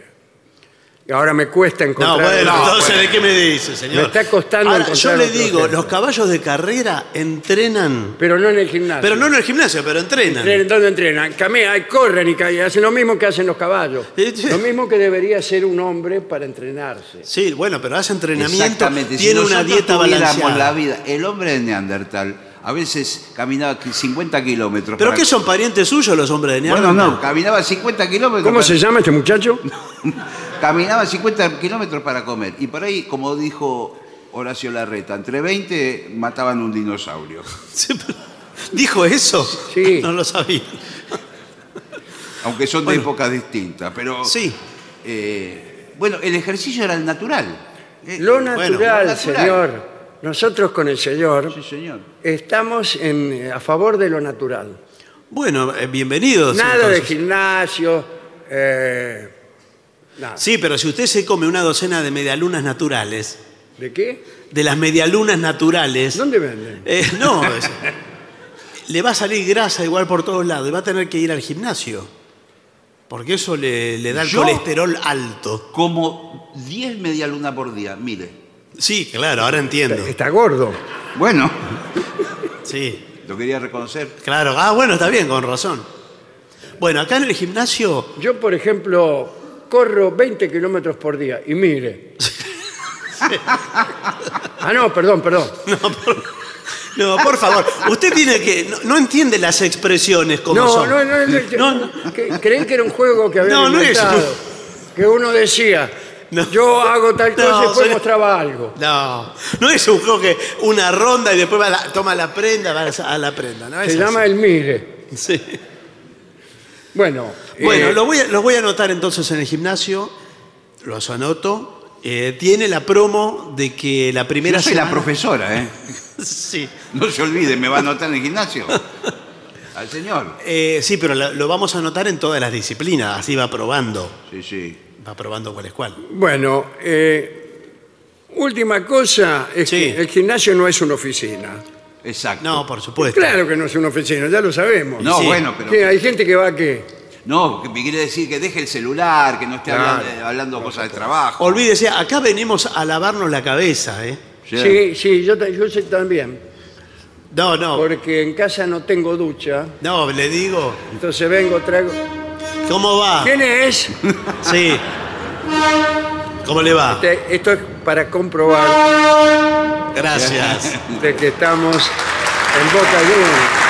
A: ahora me cuesta
C: No,
A: encontrar.
C: bueno,
A: No,
C: entonces,
A: bueno.
C: ¿de qué me dice, señor?
A: Me está costando
C: Ahora,
A: encontrar
C: yo le
A: otro
C: digo,
A: ejemplo.
C: los caballos de carrera entrenan.
A: Pero no en el gimnasio.
C: Pero no en el gimnasio, pero entrenan.
A: Entrenan, ¿Dónde entrenan? Camean, corren y ca- y hacen lo mismo que hacen los caballos.
C: Sí, sí.
A: Lo mismo que debería hacer un hombre para entrenarse.
C: Sí, bueno, pero hace entrenamiento,
B: Exactamente. Si
C: tiene una
B: nosotros
C: dieta
B: tuviéramos
C: balanceada.
B: la vida, el hombre de Neandertal a veces caminaba 50 kilómetros.
C: ¿Pero
B: para-
C: qué son parientes suyos los hombres de
B: Bueno,
C: Neandertal?
B: no, caminaba 50 kilómetros.
A: ¿Cómo
B: para-
A: se llama este muchacho?
B: Caminaba 50 kilómetros para comer. Y por ahí, como dijo Horacio Larreta, entre 20 mataban un dinosaurio.
C: Sí, pero- ¿Dijo eso?
A: Sí.
C: No lo sabía.
B: Aunque son de
C: Bueno.
B: épocas distintas. Pero.
C: Sí.
B: eh, bueno, el ejercicio era el natural. Eh,
A: Lo
B: bueno,
A: natural,
B: lo natural.
A: señor. Nosotros con el señor
B: Sí, señor.
A: estamos en, eh, a favor de lo natural.
C: Bueno, eh, bienvenidos.
A: Nada de
C: entonces.
A: gimnasio. eh, nada.
C: Sí, pero si usted se come una docena de medialunas naturales,
A: ¿De qué?
C: de las medialunas naturales,
A: ¿Dónde venden?
C: eh, no, es- le va a salir grasa igual por todos lados y va a tener que ir al gimnasio. Porque eso le, le da el
B: ¿Yo?
C: colesterol alto.
B: Como 10 medialunas por día, mire.
C: Sí, claro, ahora entiendo.
A: Está gordo.
B: Bueno,
C: Sí.
B: lo quería reconocer.
C: Claro, ah, bueno, está bien, con razón. Bueno, acá en el gimnasio,
A: Yo, por ejemplo, corro 20 kilómetros por día y mire. ah, no, perdón, perdón.
C: no, por favor, usted tiene que, no, no entiende las expresiones como
A: No,
C: son.
A: no, no, no, yo-
C: No, no.
A: cre- creí que era un juego que había
C: No, no es.
A: Que uno decía,
C: No.
A: yo hago tal cosa y
C: No,
A: después
C: soy-
A: mostraba algo.
C: No, no es un juego que una ronda y después va la- toma la prenda, va a la prenda. No es
A: Se
C: así.
A: llama el mire.
C: Sí.
A: Bueno,
C: Bueno,
A: eh,
C: lo voy a- los voy a anotar entonces en el gimnasio, los anoto. Eh, tiene la promo de que la primera
B: Yo soy la
C: semana-
B: profesora, ¿eh?
C: sí.
B: No se olvide, me va a anotar en el gimnasio. Al señor.
C: Eh, sí, pero la- lo vamos a anotar en todas las disciplinas, así va probando.
B: Sí, sí.
C: Va probando cuál es cuál.
A: bueno eh, última cosa es
C: Sí.
A: que el gimnasio no es una oficina.
B: Exacto.
C: No, por supuesto.
A: Claro que no es una oficina, ya lo sabemos.
B: No,
C: Sí.
B: bueno, pero.
A: Que hay gente que va que
B: No, que me quiere decir que deje el celular, que no esté
A: Claro.
B: hablando, hablando cosas de trabajo.
C: Olvídese, acá venimos a lavarnos la cabeza, ¿eh?
B: Sí.
A: Sí, sí, yo, ta- yo sé también.
C: No, no.
A: Porque en casa no tengo ducha,
C: No, le digo.
A: entonces vengo, traigo.
C: ¿Cómo va?
A: ¿Quién es?
C: Sí. ¿Cómo le va?
A: Te- Esto es para comprobar
C: Gracias.
A: de que estamos en boca de uno.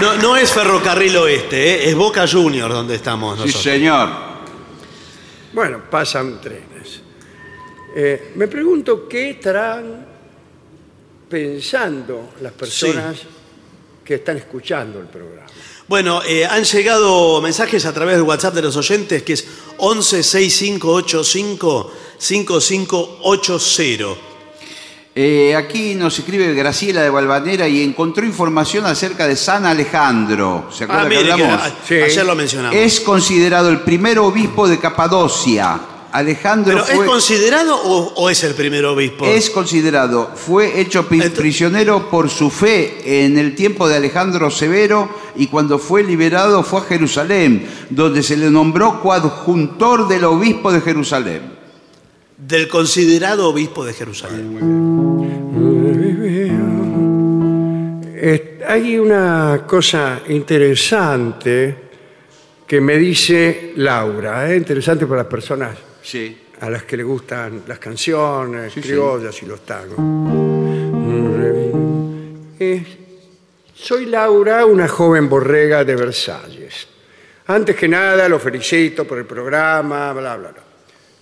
C: No, no es Ferrocarril Oeste, ¿eh? es Boca Junior donde estamos
B: Sí,
C: nosotros.
B: señor.
A: Bueno, pasan trenes. Eh, me pregunto qué estarán pensando las personas que están escuchando el programa.
C: Bueno, eh, han llegado mensajes a través del WhatsApp de los oyentes que es 1165855580.
B: Eh, aquí nos escribe Graciela de Valvanera y encontró información acerca de San Alejandro. ¿Se acuerda
C: Ah,
B: que
C: mire, que
B: hablamos?
C: a-
A: Sí.
C: ayer lo mencionamos.
B: Es considerado el primer obispo de Capadocia. Alejandro
C: ¿Pero
B: fue-
C: es considerado o, o es el primer obispo?
B: es considerado, fue hecho pi-
C: Ento-
B: prisionero por su fe en el tiempo de Alejandro Severo y cuando fue liberado fue a Jerusalén, donde se le nombró coadjuntor del obispo de Jerusalén.
C: Del considerado obispo de Jerusalén.
A: Eh, hay una cosa interesante que me dice Laura, ¿eh? interesante para las personas
B: Sí.
A: a las que le gustan las canciones
B: Sí, sí.
A: criollas y los tangos. Mm, Eh, soy Laura, una joven borrega de Versalles. Antes que nada, lo felicito por el programa, bla, bla, bla.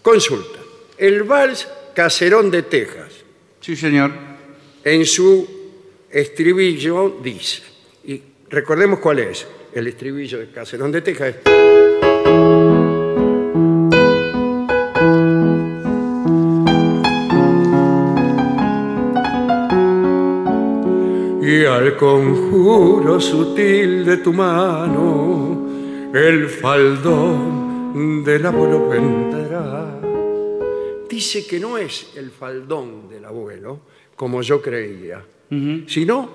A: Consulta. El vals Caserón de Texas,
B: Sí, señor.
A: en su estribillo dice, y recordemos cuál es, el estribillo de Caserón de Texas es... y al conjuro sutil de tu mano el faldón del abuelo vendrá. Dice que no es el faldón del abuelo, como yo creía, sino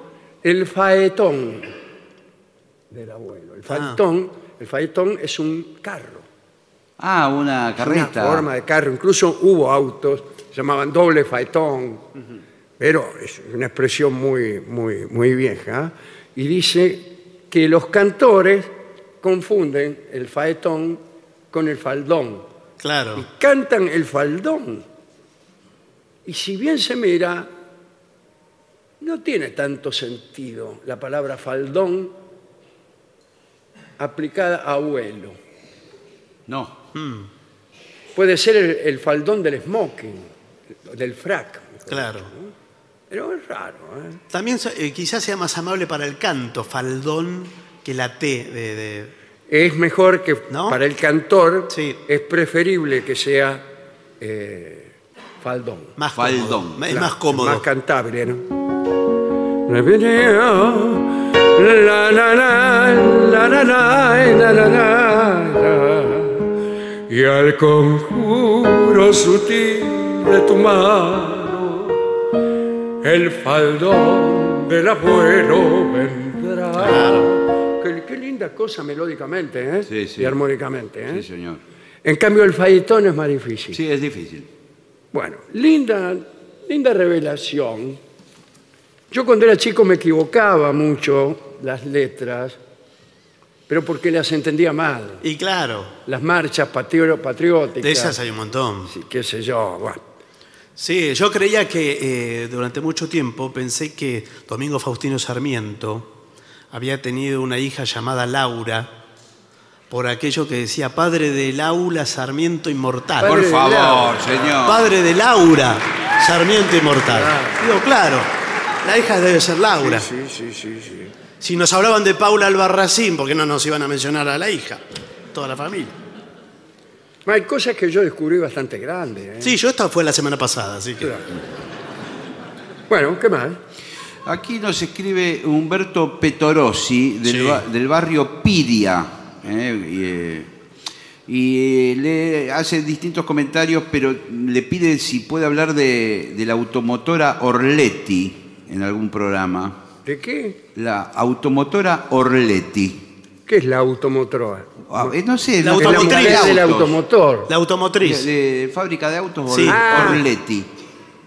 A: el faetón del abuelo. El faetón, el faetón es un carro,
B: Ah, una
A: es una
B: carreta.
A: forma de carro. Incluso hubo autos, se llamaban doble faetón, pero es una expresión muy, muy, muy vieja. Y dice que los cantores confunden el faetón con el faldón y
C: Claro.
A: cantan el faldón. Y si bien se mira, no tiene tanto sentido la palabra faldón aplicada a abuelo. ¿Mm?
B: No.
A: Puede ser el, el faldón del smoking, del frac.
C: Claro.
A: Pero es raro, ¿eh?
C: También se- eh, quizás sea más amable para el canto, faldón, que la T de. de-
A: Es mejor que
C: ¿No?
A: para el cantor
C: Sí.
A: es preferible que sea eh, faldón.
C: más
B: Faldón,
C: cómodo. Es
A: Claro,
C: más cómodo.
A: Más cantable, ¿no? oh, La, la, la, la, la, la, la, la, la. Y al conjuro sutil de tu mano, el faldón del abuelo vendrá. Qué, qué linda cosa melódicamente ¿eh?
B: Sí, sí.
A: y armónicamente. ¿eh?
B: Sí, señor.
A: En cambio, el faetón es más difícil.
B: Sí, es difícil.
A: Bueno, linda, linda revelación. Yo cuando era chico me equivocaba mucho las letras, pero porque las entendía mal.
C: Y claro,
A: Las marchas patrio- patrióticas.
C: de esas hay un montón.
A: sí, qué sé yo. bueno.
C: Sí, yo creía que eh, durante mucho tiempo pensé que Domingo Faustino Sarmiento había tenido una hija llamada Laura por aquello que decía padre de Laura Sarmiento Inmortal.
A: Padre
B: Por
A: de
B: favor,
A: Laura.
B: señor.
C: Padre de Laura Sarmiento Inmortal.
A: Claro.
C: Digo, claro, la hija debe ser Laura.
A: Ah. Sí, sí, sí, sí.
C: Si nos hablaban de Paula Albarracín, ¿por qué no nos iban a mencionar a la hija? Toda la familia.
A: Hay cosas que yo descubrí bastante grandes. ¿eh?
C: Sí, yo esta fue la semana pasada, así que...
A: Claro. Bueno, ¿qué más?
B: Aquí nos escribe Humberto Petorossi del,
C: Sí.
B: ba- del barrio Piria. ¿eh? Y, eh, y, eh, le hace distintos comentarios, pero le pide si puede hablar de, de la automotora Orletti en algún programa.
A: ¿De qué?
B: La automotora Orletti.
A: ¿Qué es la automotora?
B: Ah, eh, no sé,
C: La
B: no-
A: Es la
C: Automotriz.
A: mujer del
B: autos.
A: automotor.
C: La
B: De,
C: automotriz.
B: de fábrica de autos
C: Sí.
B: Orle-
A: Ah.
B: Orletti.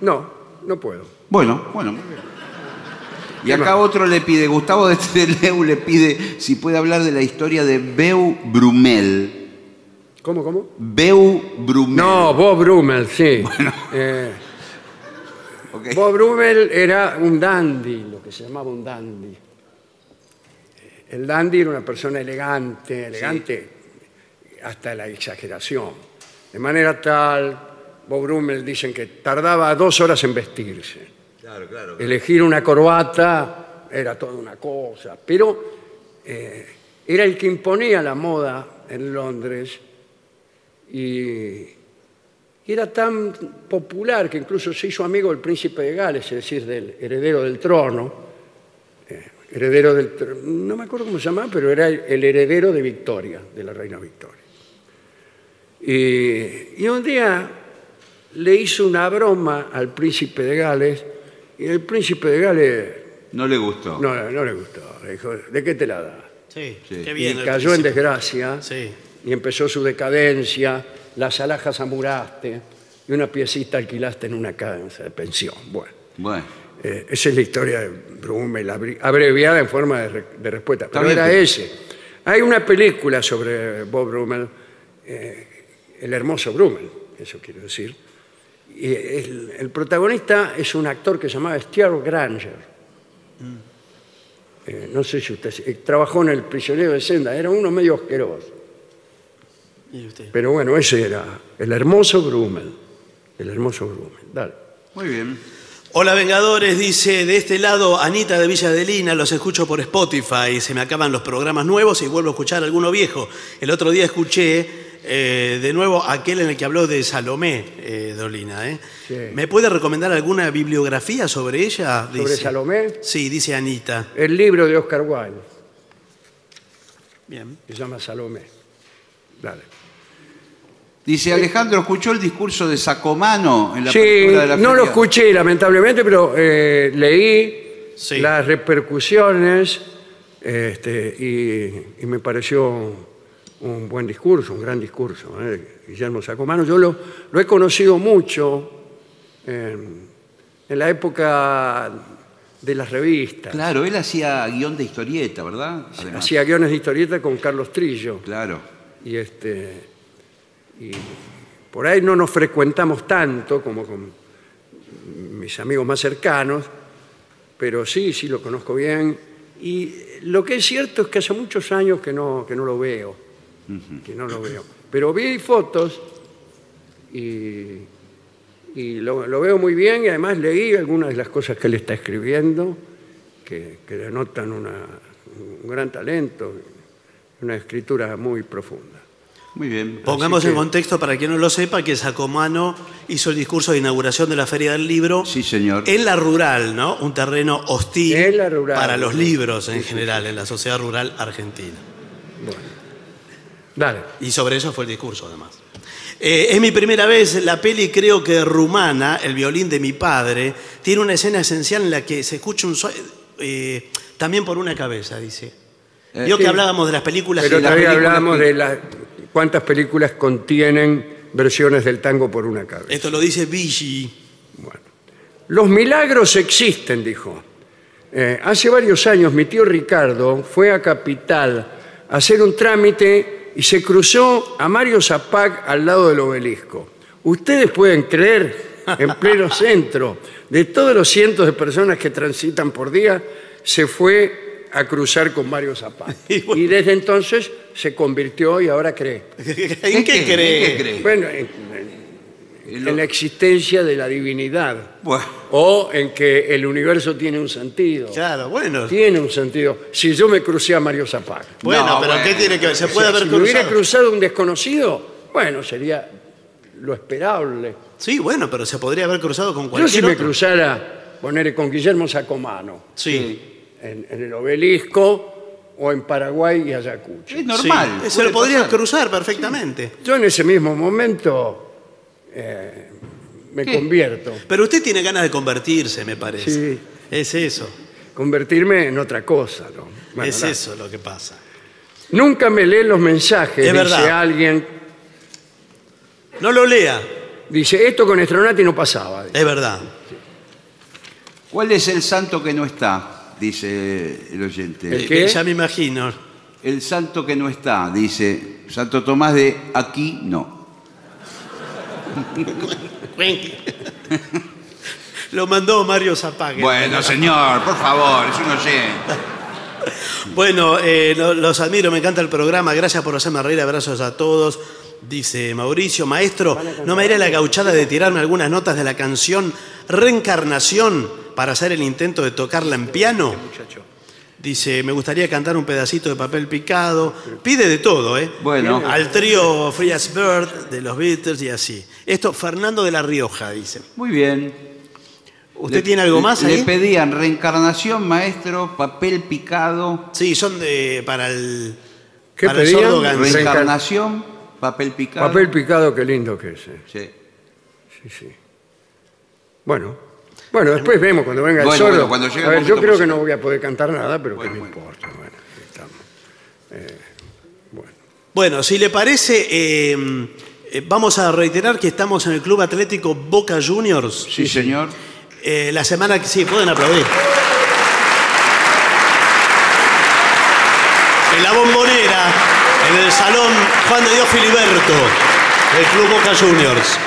A: No, no puedo.
B: Bueno, bueno. muy bien. Y acá otro le pide, Gustavo de Teleu le pide si puede hablar de la historia de Beu Brumel.
A: ¿Cómo, cómo?
B: Beu Brumel.
A: No, Bob Brummel, sí. Eh,
B: Ok.
A: Bob Brummel era un dandy, lo que se llamaba un dandy. El dandy era una persona elegante, elegante hasta la exageración. De manera tal, Bob Brummel dicen que tardaba dos horas en vestirse. Elegir una corbata era toda una cosa, pero eh, era el que imponía la moda en Londres y y era tan popular que incluso se hizo amigo del príncipe de Gales, es decir, del heredero del trono. Eh, heredero del tr- no me acuerdo cómo se llamaba, pero era el, el heredero de Victoria, de la reina Victoria. Y, y un día le hizo una broma al príncipe de Gales y el príncipe de Gales
B: No le gustó.
A: no, no le gustó. Le dijo, ¿de qué te la das?
C: Sí,
B: Sí.
C: qué
A: Y
C: bien. el
A: cayó en
C: príncipe.
A: desgracia
C: Sí.
A: y empezó su decadencia, las alhajas amuraste y una piecita alquilaste en una casa de pensión. Bueno,
B: Bueno,
A: Eh, esa es la historia de Brummel, abri- abreviada en forma de, re- de respuesta. Pero
B: bien,
A: era
B: pero-
A: ese. Hay una película sobre Bob Brummel, eh, el hermoso Brummel, eso quiero decir. Y el, el protagonista es un actor que se llamaba Stuart Granger. Eh, no sé si usted eh, trabajó en El prisionero de Senda, era uno medio asqueroso.
C: Mire usted.
A: Pero bueno, ese era el hermoso Brummel. El hermoso Brummel. Dale.
B: Muy bien.
C: Hola Vengadores, dice de este lado Anita de Villa Adelina, los escucho por Spotify, se me acaban los programas nuevos y vuelvo a escuchar alguno viejo. El otro día escuché eh, de nuevo aquel en el que habló de Salomé eh, Dolina. ¿eh?
A: Sí.
C: ¿Me puede recomendar alguna bibliografía sobre ella?
A: Sobre Salomé,
C: Sí, dice Anita.
A: el libro de Oscar Wilde,
C: Bien.
A: que se llama Salomé. Dale.
B: Dice Alejandro, ¿escuchó el discurso de Sacomano en la
A: Sí,
B: apertura de la
A: no lo
B: feria?
A: escuché lamentablemente, pero eh, leí
C: Sí.
A: las repercusiones este, y, y me pareció un buen discurso, un gran discurso, eh, Guillermo Sacomano. Yo lo, lo he conocido mucho eh, en la época de las revistas.
B: Claro, él hacía guión de historieta, ¿verdad? Además.
A: Hacía guiones de historieta con Carlos Trillo.
B: Claro.
A: Y este. y por ahí no nos frecuentamos tanto como con mis amigos más cercanos, pero sí, sí lo conozco bien. Y lo que es cierto es que hace muchos años que no, que no lo veo. Que no lo veo. Pero vi fotos y, y lo, lo veo muy bien y además leí algunas de las cosas que él está escribiendo que, que denotan una- un gran talento, una escritura muy profunda.
B: Muy bien.
C: Pongamos
A: que-
C: en contexto para quien no lo sepa que Sacomano hizo el discurso de inauguración de la Feria del Libro.
B: Sí, señor.
C: En la rural, ¿no? Un terreno hostil
A: En la rural.
C: para los libros en general, en la sociedad rural argentina.
A: Dale.
C: Y sobre eso fue el discurso, además. Eh, es mi primera vez, la peli creo que Rumana, el violín de mi padre, tiene una escena esencial en la que se escucha un... sue- eh, también por una cabeza, dice.
B: Eh,
C: Vio
B: sí.
C: que hablábamos de las películas...
A: Pero
C: y las
A: todavía
C: películas-
A: hablamos de las cuántas películas contienen versiones del tango por una cabeza.
C: Esto lo dice Vigi.
A: Bueno. Los milagros existen, dijo. Eh, hace varios años mi tío Ricardo fue a Capital a hacer un trámite y se cruzó a Mario Zapac al lado del obelisco. Ustedes pueden creer, en pleno centro, de todos los cientos de personas que transitan por día, se fue a cruzar con Mario Zapac.
C: Y bueno.
A: Y desde entonces se convirtió y ahora cree.
C: ¿En
B: qué?
C: qué
B: ¿En qué
C: cree?
B: cree?
A: Bueno, en- en- en la existencia de la divinidad.
B: Bueno,
A: O en que el universo tiene un sentido.
C: Claro, bueno.
A: Tiene un sentido. Si yo me crucé a Mario Zapata.
C: Bueno,
B: No,
C: pero ¿qué
B: bueno.
C: tiene que ver? Se
A: Si-
C: puede
A: si,
C: haber
A: me hubiera
C: cruzado.
A: cruzado un desconocido, bueno, sería lo esperable.
C: Sí, bueno, pero se podría haber cruzado con
A: Yo
C: cualquier
A: si me
C: otro.
A: cruzara, poner con Guillermo Sacomano,
C: Sí.
A: en, en el obelisco o en Paraguay y Ayacucho.
B: es normal.
C: Sí, Se
B: puede
C: lo podría
B: pasar.
C: cruzar perfectamente.
A: Yo en ese mismo momento eh, me convierto.
C: Pero usted tiene ganas de convertirse, me parece.
A: Sí.
C: Es eso.
A: Convertirme en otra cosa, ¿no? Bueno,
C: es
A: nada.
C: eso lo que pasa.
A: Nunca me lee los mensajes, dice
C: Es verdad.
A: alguien
C: No lo lea.
A: Dice, esto con Estronati no pasaba.
C: Es verdad.
B: ¿Cuál es el santo que no está? Dice el
A: El
B: oyente.
A: ¿Qué?
C: Ya me imagino.
B: El santo que no está, dice Santo Tomás de aquí no.
C: lo mandó Mario Zapague.
B: Bueno, señor, por favor, es un oyente.
C: Bueno, eh, lo- los admiro, me encanta el programa. Gracias por hacerme reír. Abrazos a todos. Dice Mauricio, maestro, no me haré la gauchada de tirarme algunas notas de la canción Reencarnación para hacer el intento de tocarla en piano. Dice, me gustaría cantar un pedacito de papel picado. Pide de todo, ¿eh?
B: Bueno.
C: Al trío Free as Bird de los Beatles y así. Esto, Fernando de la Rioja, dice.
B: Muy bien.
C: ¿Usted
B: Le-
C: tiene algo más
B: le-
C: ahí?
B: Le pedían reencarnación, maestro, papel picado,
C: Sí, son de, para el,
A: ¿Qué
C: para el
A: pedían?
C: sordo ganso.
A: Reencar-
B: reencarnación, papel picado.
A: Papel picado, qué lindo que es. eh.
B: Sí.
A: Sí, sí. Bueno, bueno, después vemos cuando venga el
B: Bueno,
A: sordo.
B: bueno, cuando llegue
A: a
B: el
A: ver, yo
B: momento
A: creo que
B: musical.
A: no voy a poder cantar nada, pero que
B: Bueno,
A: no
B: bueno.
A: importa. Bueno, estamos.
C: Bueno, si le parece, eh, eh, vamos a reiterar que estamos en el Club Atlético Boca Juniors.
B: Sí, señor.
C: Eh, la semana que sí, pueden aplaudir. En la bombonera, en el salón Juan de Dios Filiberto, del Club Boca Juniors.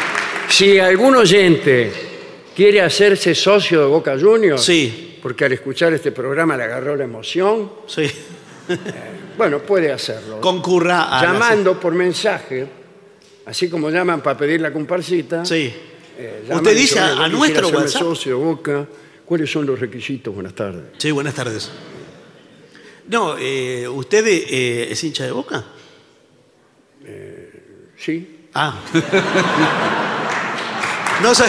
A: Si algún oyente quiere hacerse socio de Boca Juniors,
C: Sí.
A: porque al escuchar este programa le agarró la emoción,
C: Sí.
A: bueno, puede hacerlo.
C: Concurra a. la-
A: Llamando por mensaje, así como llaman para pedir la comparsita.
C: Sí.
A: eh, llaman
C: Usted
A: y
C: dice
A: dicen,
C: a, a
A: "Yo quisiera
C: nuestro
A: hacerme
C: WhatsApp.
A: socio de Boca, ¿cuáles son los requisitos? Buenas tardes.
C: Sí, buenas tardes. No, eh, ¿usted eh, es hincha de boca?
A: Sí,
C: Ah. no sé.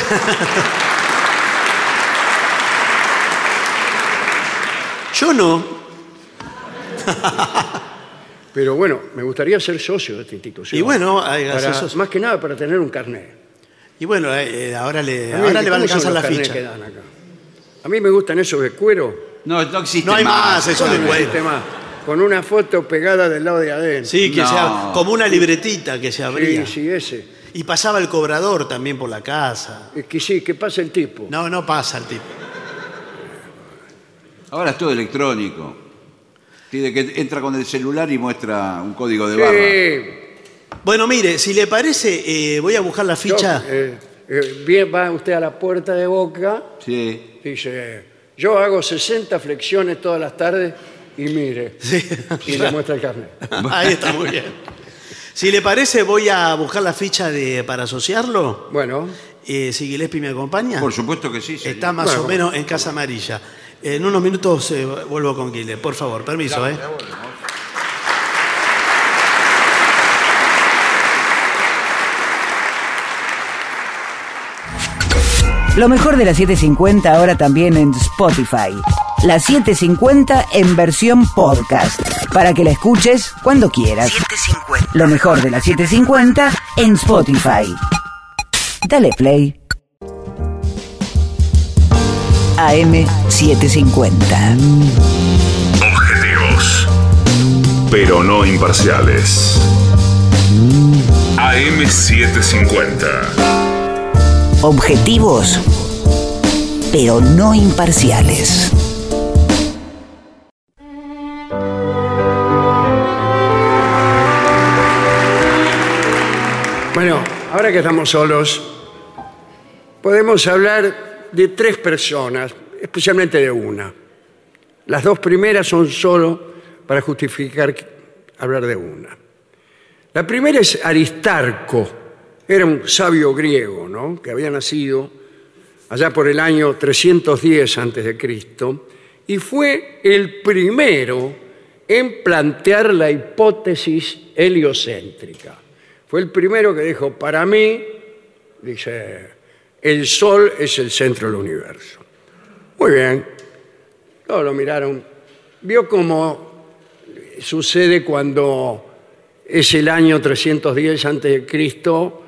C: Yo no.
A: pero bueno, me gustaría ser socio de esta institución.
C: Y bueno, hay-
A: Para-
C: sos-
A: más que nada para tener un carnet.
C: y bueno eh, eh, ahora le,
A: A ver,
C: ahora le van a
A: ¿cómo son
C: alcanzar la
A: los carnés
C: ficha.
A: que dan acá? A mí me gustan esos de cuero.
B: No, no existe
C: No hay más, eh. eso
B: claro.
C: de
A: No existe más. Con una foto pegada del lado de adentro.
C: Sí, que
B: No.
C: sea como una libretita que se abría.
A: sí, sí, ese.
C: Y pasaba el cobrador también por la casa.
A: Es que sí, que pasa el tipo.
C: No, no pasa el tipo.
B: Ahora es todo electrónico. Tiene que entra con el celular y muestra un código de
A: Sí,
B: barra.
C: Bueno, mire, si le parece, eh, voy a buscar la
A: yo,
C: ficha.
A: eh, eh, bien, va usted a la puerta de Boca,
B: Sí.
A: dice, yo hago 60 flexiones todas las tardes y mire,
C: Sí.
A: y le muestra el carnet.
C: Ahí está, muy bien. Si le parece, voy a buscar la ficha de, para asociarlo.
A: Bueno,
C: Eh, si Gillespie me acompaña.
B: Por supuesto que sí. señor.
C: Está más
A: Bueno,
C: o menos en Casa Amarilla. En unos minutos eh, vuelvo con Guille. Por favor, permiso, ¿eh?
D: Lo mejor de la 750 ahora también en Spotify. La 750 en versión podcast. Para que la escuches cuando quieras. Lo mejor de la 750 en Spotify. Dale play. AM750.
E: Objetivos, pero no imparciales. AM750.
D: Objetivos, pero no imparciales.
A: bueno, ahora que estamos solos, podemos hablar de tres personas, especialmente de una. Las dos primeras son solo para justificar que- hablar de una. La primera es Aristarco, era un sabio griego, ¿no? Que había nacido allá por el año 310 antes de Cristo y fue el primero en plantear la hipótesis heliocéntrica. Fue el primero que dijo, para mí, dice, el Sol es el centro del universo. Muy bien, todos lo miraron, vio cómo sucede cuando es el año 310 antes de Cristo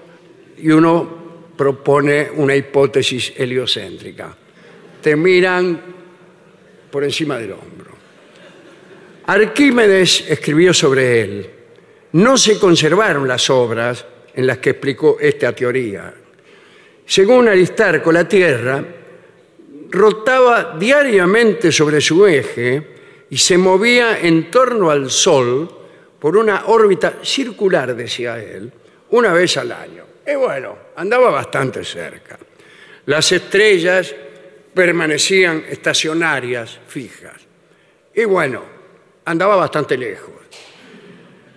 A: y uno propone una hipótesis heliocéntrica. Te miran por encima del hombro. Arquímedes escribió sobre él. No se conservaron las obras en las que explicó esta teoría. Según Aristarco, la Tierra rotaba diariamente sobre su eje y se movía en torno al Sol por una órbita circular, decía él, una vez al año. Y bueno, andaba bastante cerca. Las estrellas permanecían estacionarias, fijas. Y bueno, andaba bastante lejos.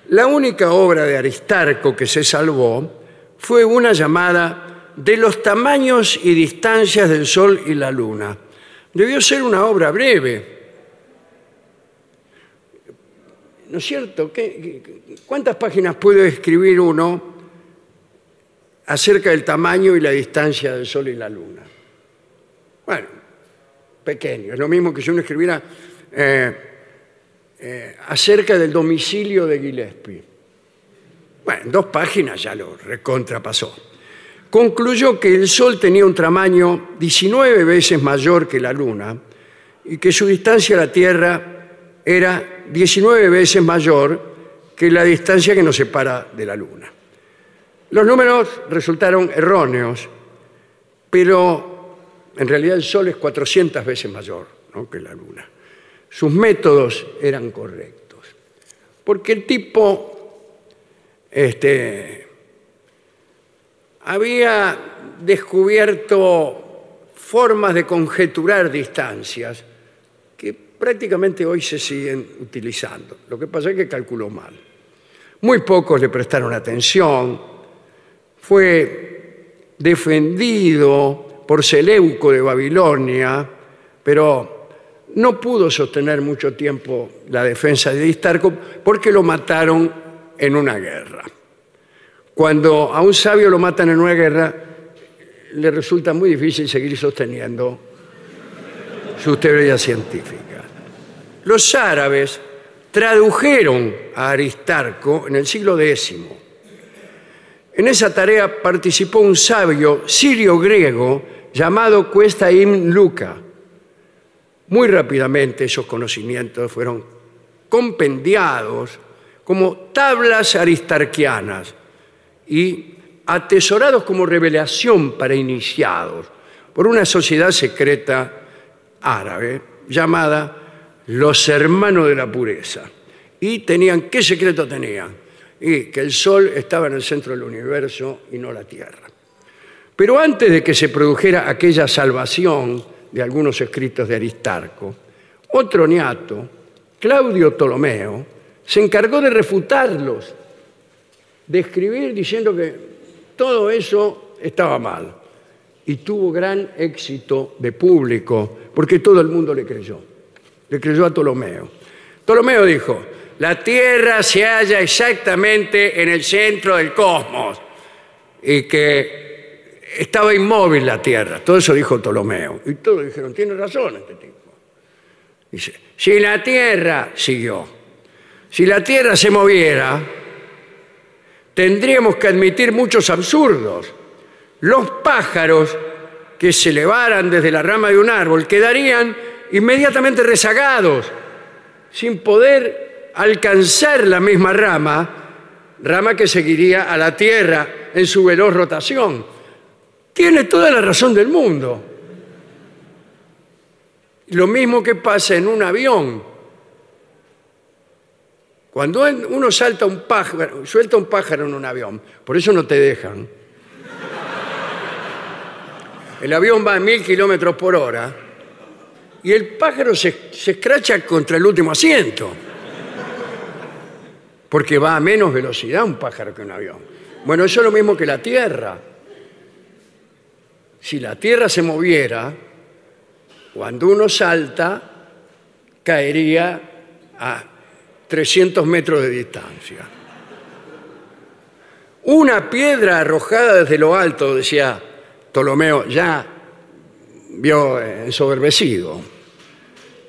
A: La única obra de Aristarco que se salvó fue una llamada De los tamaños y distancias del Sol y la Luna. Debió ser una obra breve. ¿No es cierto? ¿Qué- qué- ¿Cuántas páginas puede escribir uno acerca del tamaño y la distancia del Sol y la Luna? Bueno, pequeño. Es lo mismo que si uno escribiera... eh, acerca del domicilio de Gillespie. Bueno, en dos páginas ya lo recontrapasó. Concluyó que el Sol tenía un tamaño 19 veces mayor que la Luna y que su distancia a la Tierra era 19 veces mayor que la distancia que nos separa de la Luna. Los números resultaron erróneos, pero en realidad el Sol es 400 veces mayor ¿no? que la Luna. Sus métodos eran correctos. Porque el tipo este, había descubierto formas de conjeturar distancias que prácticamente hoy se siguen utilizando. Lo que pasa es que calculó mal. Muy pocos le prestaron atención. Fue defendido por Seleuco de Babilonia, pero no pudo sostener mucho tiempo la defensa de Aristarco porque lo mataron en una guerra. Cuando a un sabio lo matan en una guerra, le resulta muy difícil seguir sosteniendo sus teorías científicas. Los árabes tradujeron a Aristarco en el siglo X. En esa tarea participó un sabio sirio-griego llamado Cuesta Im Luca. Muy rápidamente esos conocimientos fueron compendiados como tablas aristarquianas y atesorados como revelación para iniciados por una sociedad secreta árabe llamada los hermanos de la pureza. Y tenían, ¿qué secreto tenían? Y que el Sol estaba en el centro del universo y no la Tierra. Pero antes de que se produjera aquella salvación de algunos escritos de Aristarco, otro niato, Claudio Ptolomeo, se encargó de refutarlos, de escribir diciendo que todo eso estaba mal. Y tuvo gran éxito de público, porque todo el mundo le creyó le creyó a Ptolomeo. Ptolomeo dijo, la Tierra se halla exactamente en el centro del cosmos y que estaba inmóvil la Tierra. Todo eso dijo Ptolomeo. Y todos dijeron, tiene razón este tipo. Dice, si la Tierra, siguió, si la Tierra se moviera, tendríamos que admitir muchos absurdos. Los pájaros que se elevaran desde la rama de un árbol quedarían inmediatamente rezagados, sin poder alcanzar la misma rama, rama que seguiría a la Tierra en su veloz rotación. Tiene toda la razón del mundo. Lo mismo que pasa en un avión. Cuando uno salta un pájaro, suelta un pájaro en un avión, por eso no te dejan. El avión va a mil kilómetros por hora y el pájaro se, se, escracha contra el último asiento. Porque va a menos velocidad un pájaro que un avión. Bueno, eso es lo mismo que la Tierra. Si la Tierra se moviera, cuando uno salta, caería a 300 metros de distancia. Una piedra arrojada desde lo alto, decía Ptolomeo, ya vio ensoberbecido,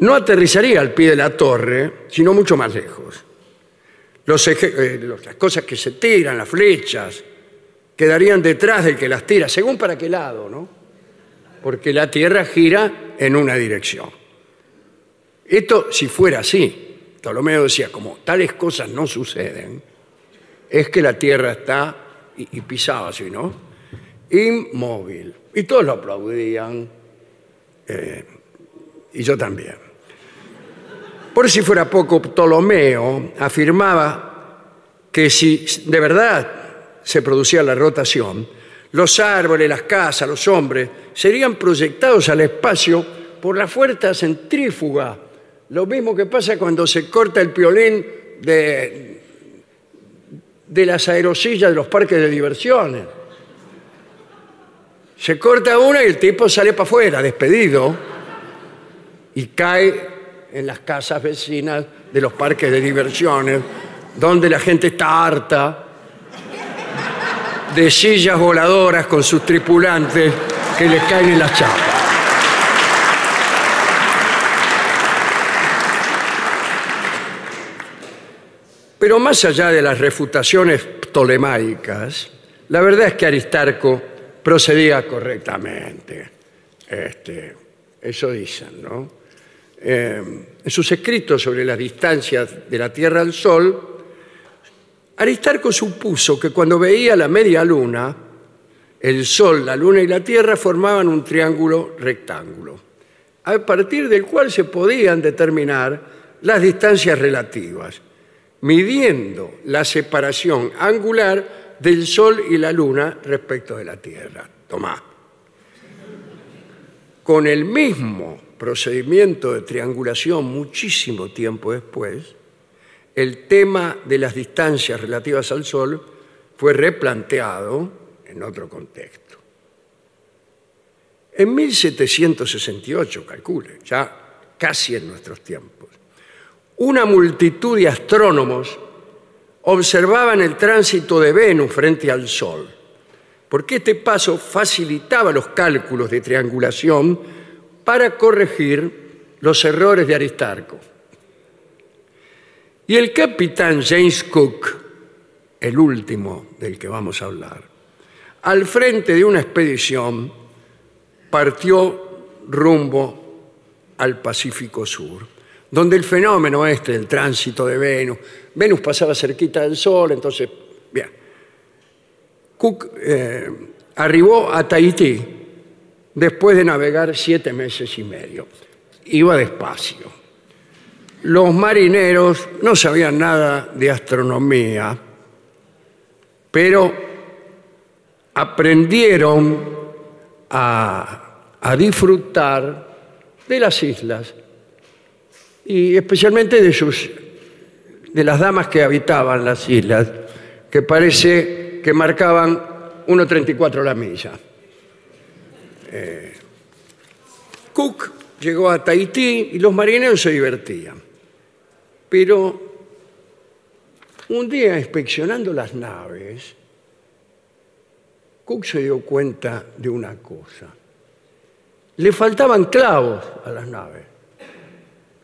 A: no aterrizaría al pie de la torre, sino mucho más lejos. Los eje, eh, las cosas que se tiran, las flechas, quedarían detrás del que las tira, según para qué lado, ¿no? Porque la Tierra gira en una dirección. Esto, si fuera así, Ptolomeo decía, como tales cosas no suceden, es que la Tierra está, y, y pisaba así, ¿no? Inmóvil. Y todos lo aplaudían. Eh, y yo también. Por si fuera poco, Ptolomeo afirmaba que si de verdad se producía la rotación, los árboles, las casas, los hombres serían proyectados al espacio por la fuerza centrífuga. Lo mismo que pasa cuando se corta el piolín de, de las aerosillas de los parques de diversiones. Se corta una y el tipo sale para afuera, despedido, y cae en las casas vecinas de los parques de diversiones, donde la gente está harta de sillas voladoras con sus tripulantes que les caen en las chapas. Pero más allá de las refutaciones ptolemaicas, la verdad es que Aristarco procedía correctamente. Este, eso dicen, ¿no? Eh, en sus escritos sobre las distancias de la Tierra al Sol, Aristarco supuso que cuando veía la media luna el Sol, la Luna y la Tierra formaban un triángulo rectángulo, a partir del cual se podían determinar las distancias relativas, midiendo la separación angular del Sol y la Luna respecto de la Tierra. Tomá. Con el mismo procedimiento de triangulación muchísimo tiempo después, el tema de las distancias relativas al Sol fue replanteado en otro contexto. En 1768, calcule, ya casi en nuestros tiempos, una multitud de astrónomos observaban el tránsito de Venus frente al Sol, porque este paso facilitaba los cálculos de triangulación para corregir los errores de Aristarco. Y el capitán James Cook, el último del que vamos a hablar, al frente de una expedición partió rumbo al Pacífico Sur, donde el fenómeno este del tránsito de Venus, Venus pasaba cerquita del Sol, entonces, bien, Cook eh, arribó a Tahití después de navegar siete meses y medio. Iba despacio los marineros no sabían nada de astronomía, pero aprendieron a, a, disfrutar de las islas y especialmente de sus de las damas que habitaban las islas, que parece que marcaban 1.34 la milla. Eh, Cook llegó a Tahití y los marineros se divertían. Pero un día inspeccionando las naves, Cook se dio cuenta de una cosa. Le faltaban clavos a las naves.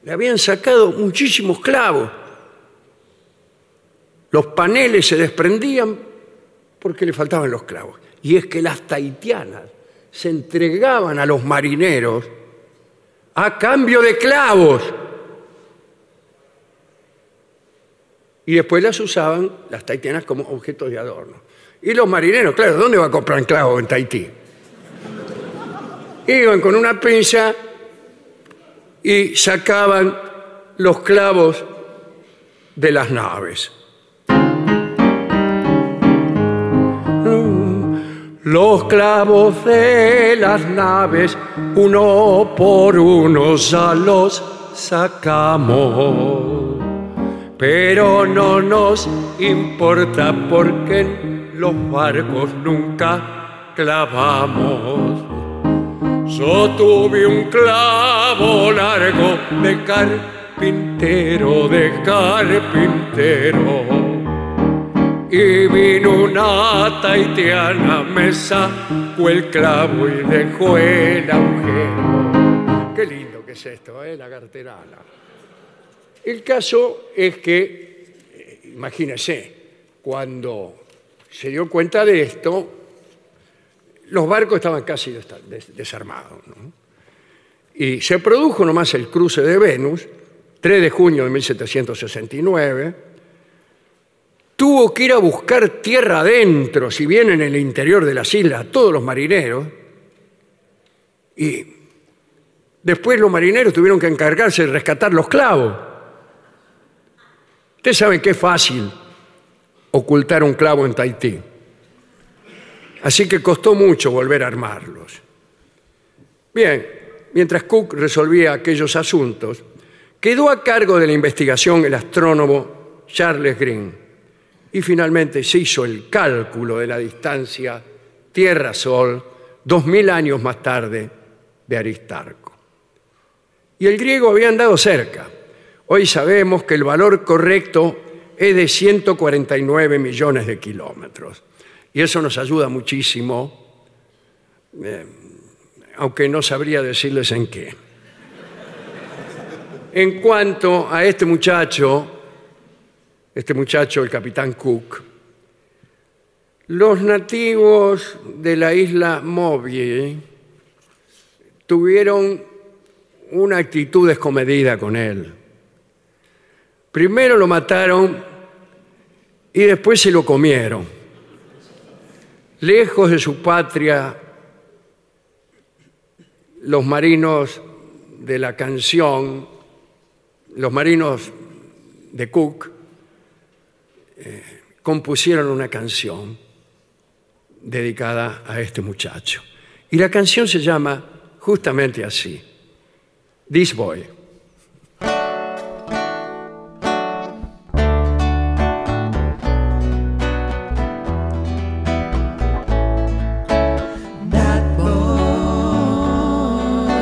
A: Le habían sacado muchísimos clavos. Los paneles se desprendían porque le faltaban los clavos. Y es que las tahitianas se entregaban a los marineros a cambio de clavos. Y después las usaban las taitianas como objetos de adorno. Y los marineros, claro, ¿dónde va a comprar clavos en Tahití? Iban con una pinza y sacaban los clavos de las naves. Los clavos de las naves, uno por uno ya los sacamos. Pero no nos importa porque en los barcos nunca clavamos. Yo tuve un clavo largo de carpintero, de carpintero y vino una taitiana, me sacó el clavo y dejó el agujero. Qué lindo que es esto, ¿eh? la carterana. El caso es que, eh, imagínense, cuando se dio cuenta de esto, los barcos estaban casi des des desarmados. ¿no? Y se produjo nomás el cruce de Venus, 3 de junio de 1769, tuvo que ir a buscar tierra adentro, si bien en el interior de las islas, a todos los marineros. Y después los marineros tuvieron que encargarse de rescatar los clavos. Ustedes saben que es fácil ocultar un clavo en Tahití. Así que costó mucho volver a armarlos. Bien, mientras Cook resolvía aquellos asuntos, quedó a cargo de la investigación el astrónomo Charles Green y finalmente se hizo el cálculo de la distancia Tierra-Sol dos mil años más tarde de Aristarco. Y el griego había andado cerca. Hoy sabemos que el valor correcto es de 149 millones de kilómetros. Y eso nos ayuda muchísimo, eh, aunque no sabría decirles en qué. En cuanto a este muchacho, este muchacho, el capitán Cook, los nativos de la isla Mobile tuvieron una actitud descomedida con él. Primero lo mataron y después se lo comieron. lejos de su patria, los marinos de la canción, los marinos de Cook, eh, compusieron una canción dedicada a este muchacho. Y la canción se llama justamente así, This Boy.
F: That boy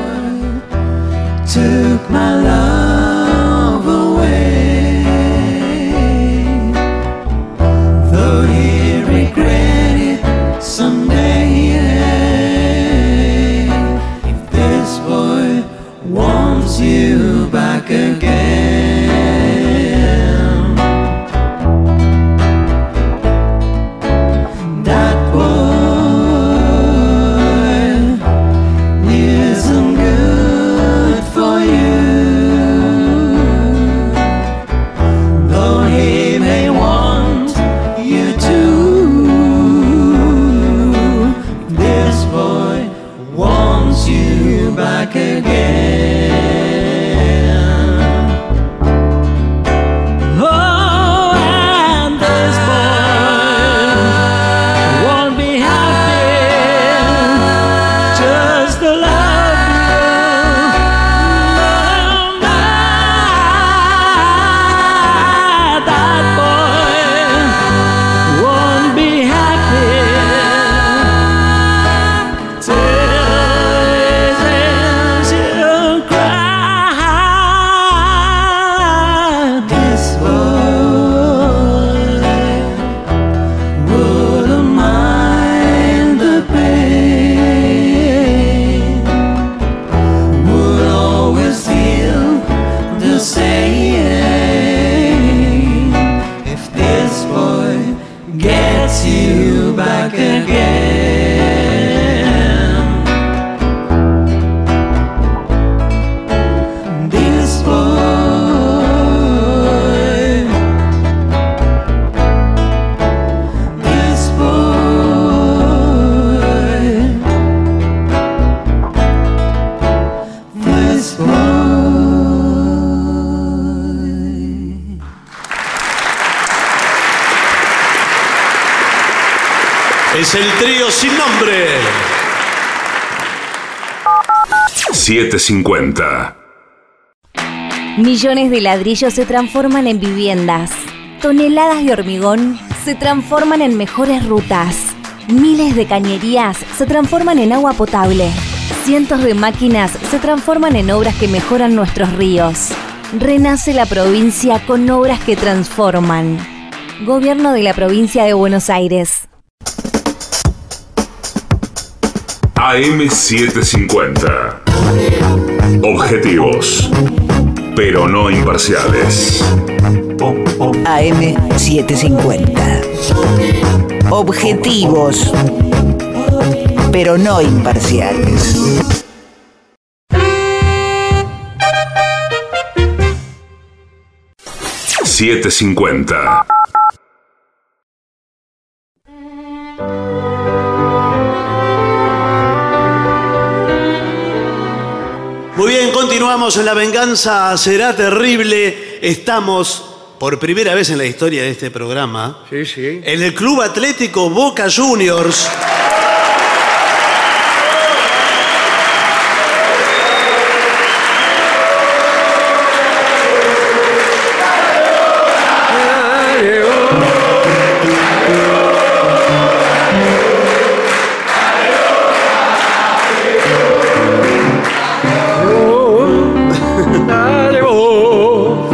F: took my love away. Though he regretted someday. If this boy wants you back again, that boy isn't good for you. Though he may want you to, this boy wants you back again. Oh, and this boy won't be happy just to love you. No, no, that boy won't be happy till he's cry. This boy wouldn't mind the pain, would always feel the same if this boy gets you back again. This boy this boy. This boy.
C: Es el trío sin nombre.
E: 750.
G: Millones de ladrillos se transforman en viviendas. Toneladas de hormigón se transforman en mejores rutas. Miles de cañerías se transforman en agua potable. Cientos de máquinas se transforman en obras que mejoran nuestros ríos. Renace la provincia con obras que transforman. Gobierno de la provincia de Buenos Aires.
E: AM750. Objetivos, pero no imparciales.
D: AM750. Objetivos, pero no imparciales.
E: Siete cincuenta.
C: Muy bien, continuamos en La Venganza Será Terrible. Estamos, por primera vez en la historia de este programa,
A: Sí, sí.
C: en el Club Atlético Boca Juniors.
A: Dale vos,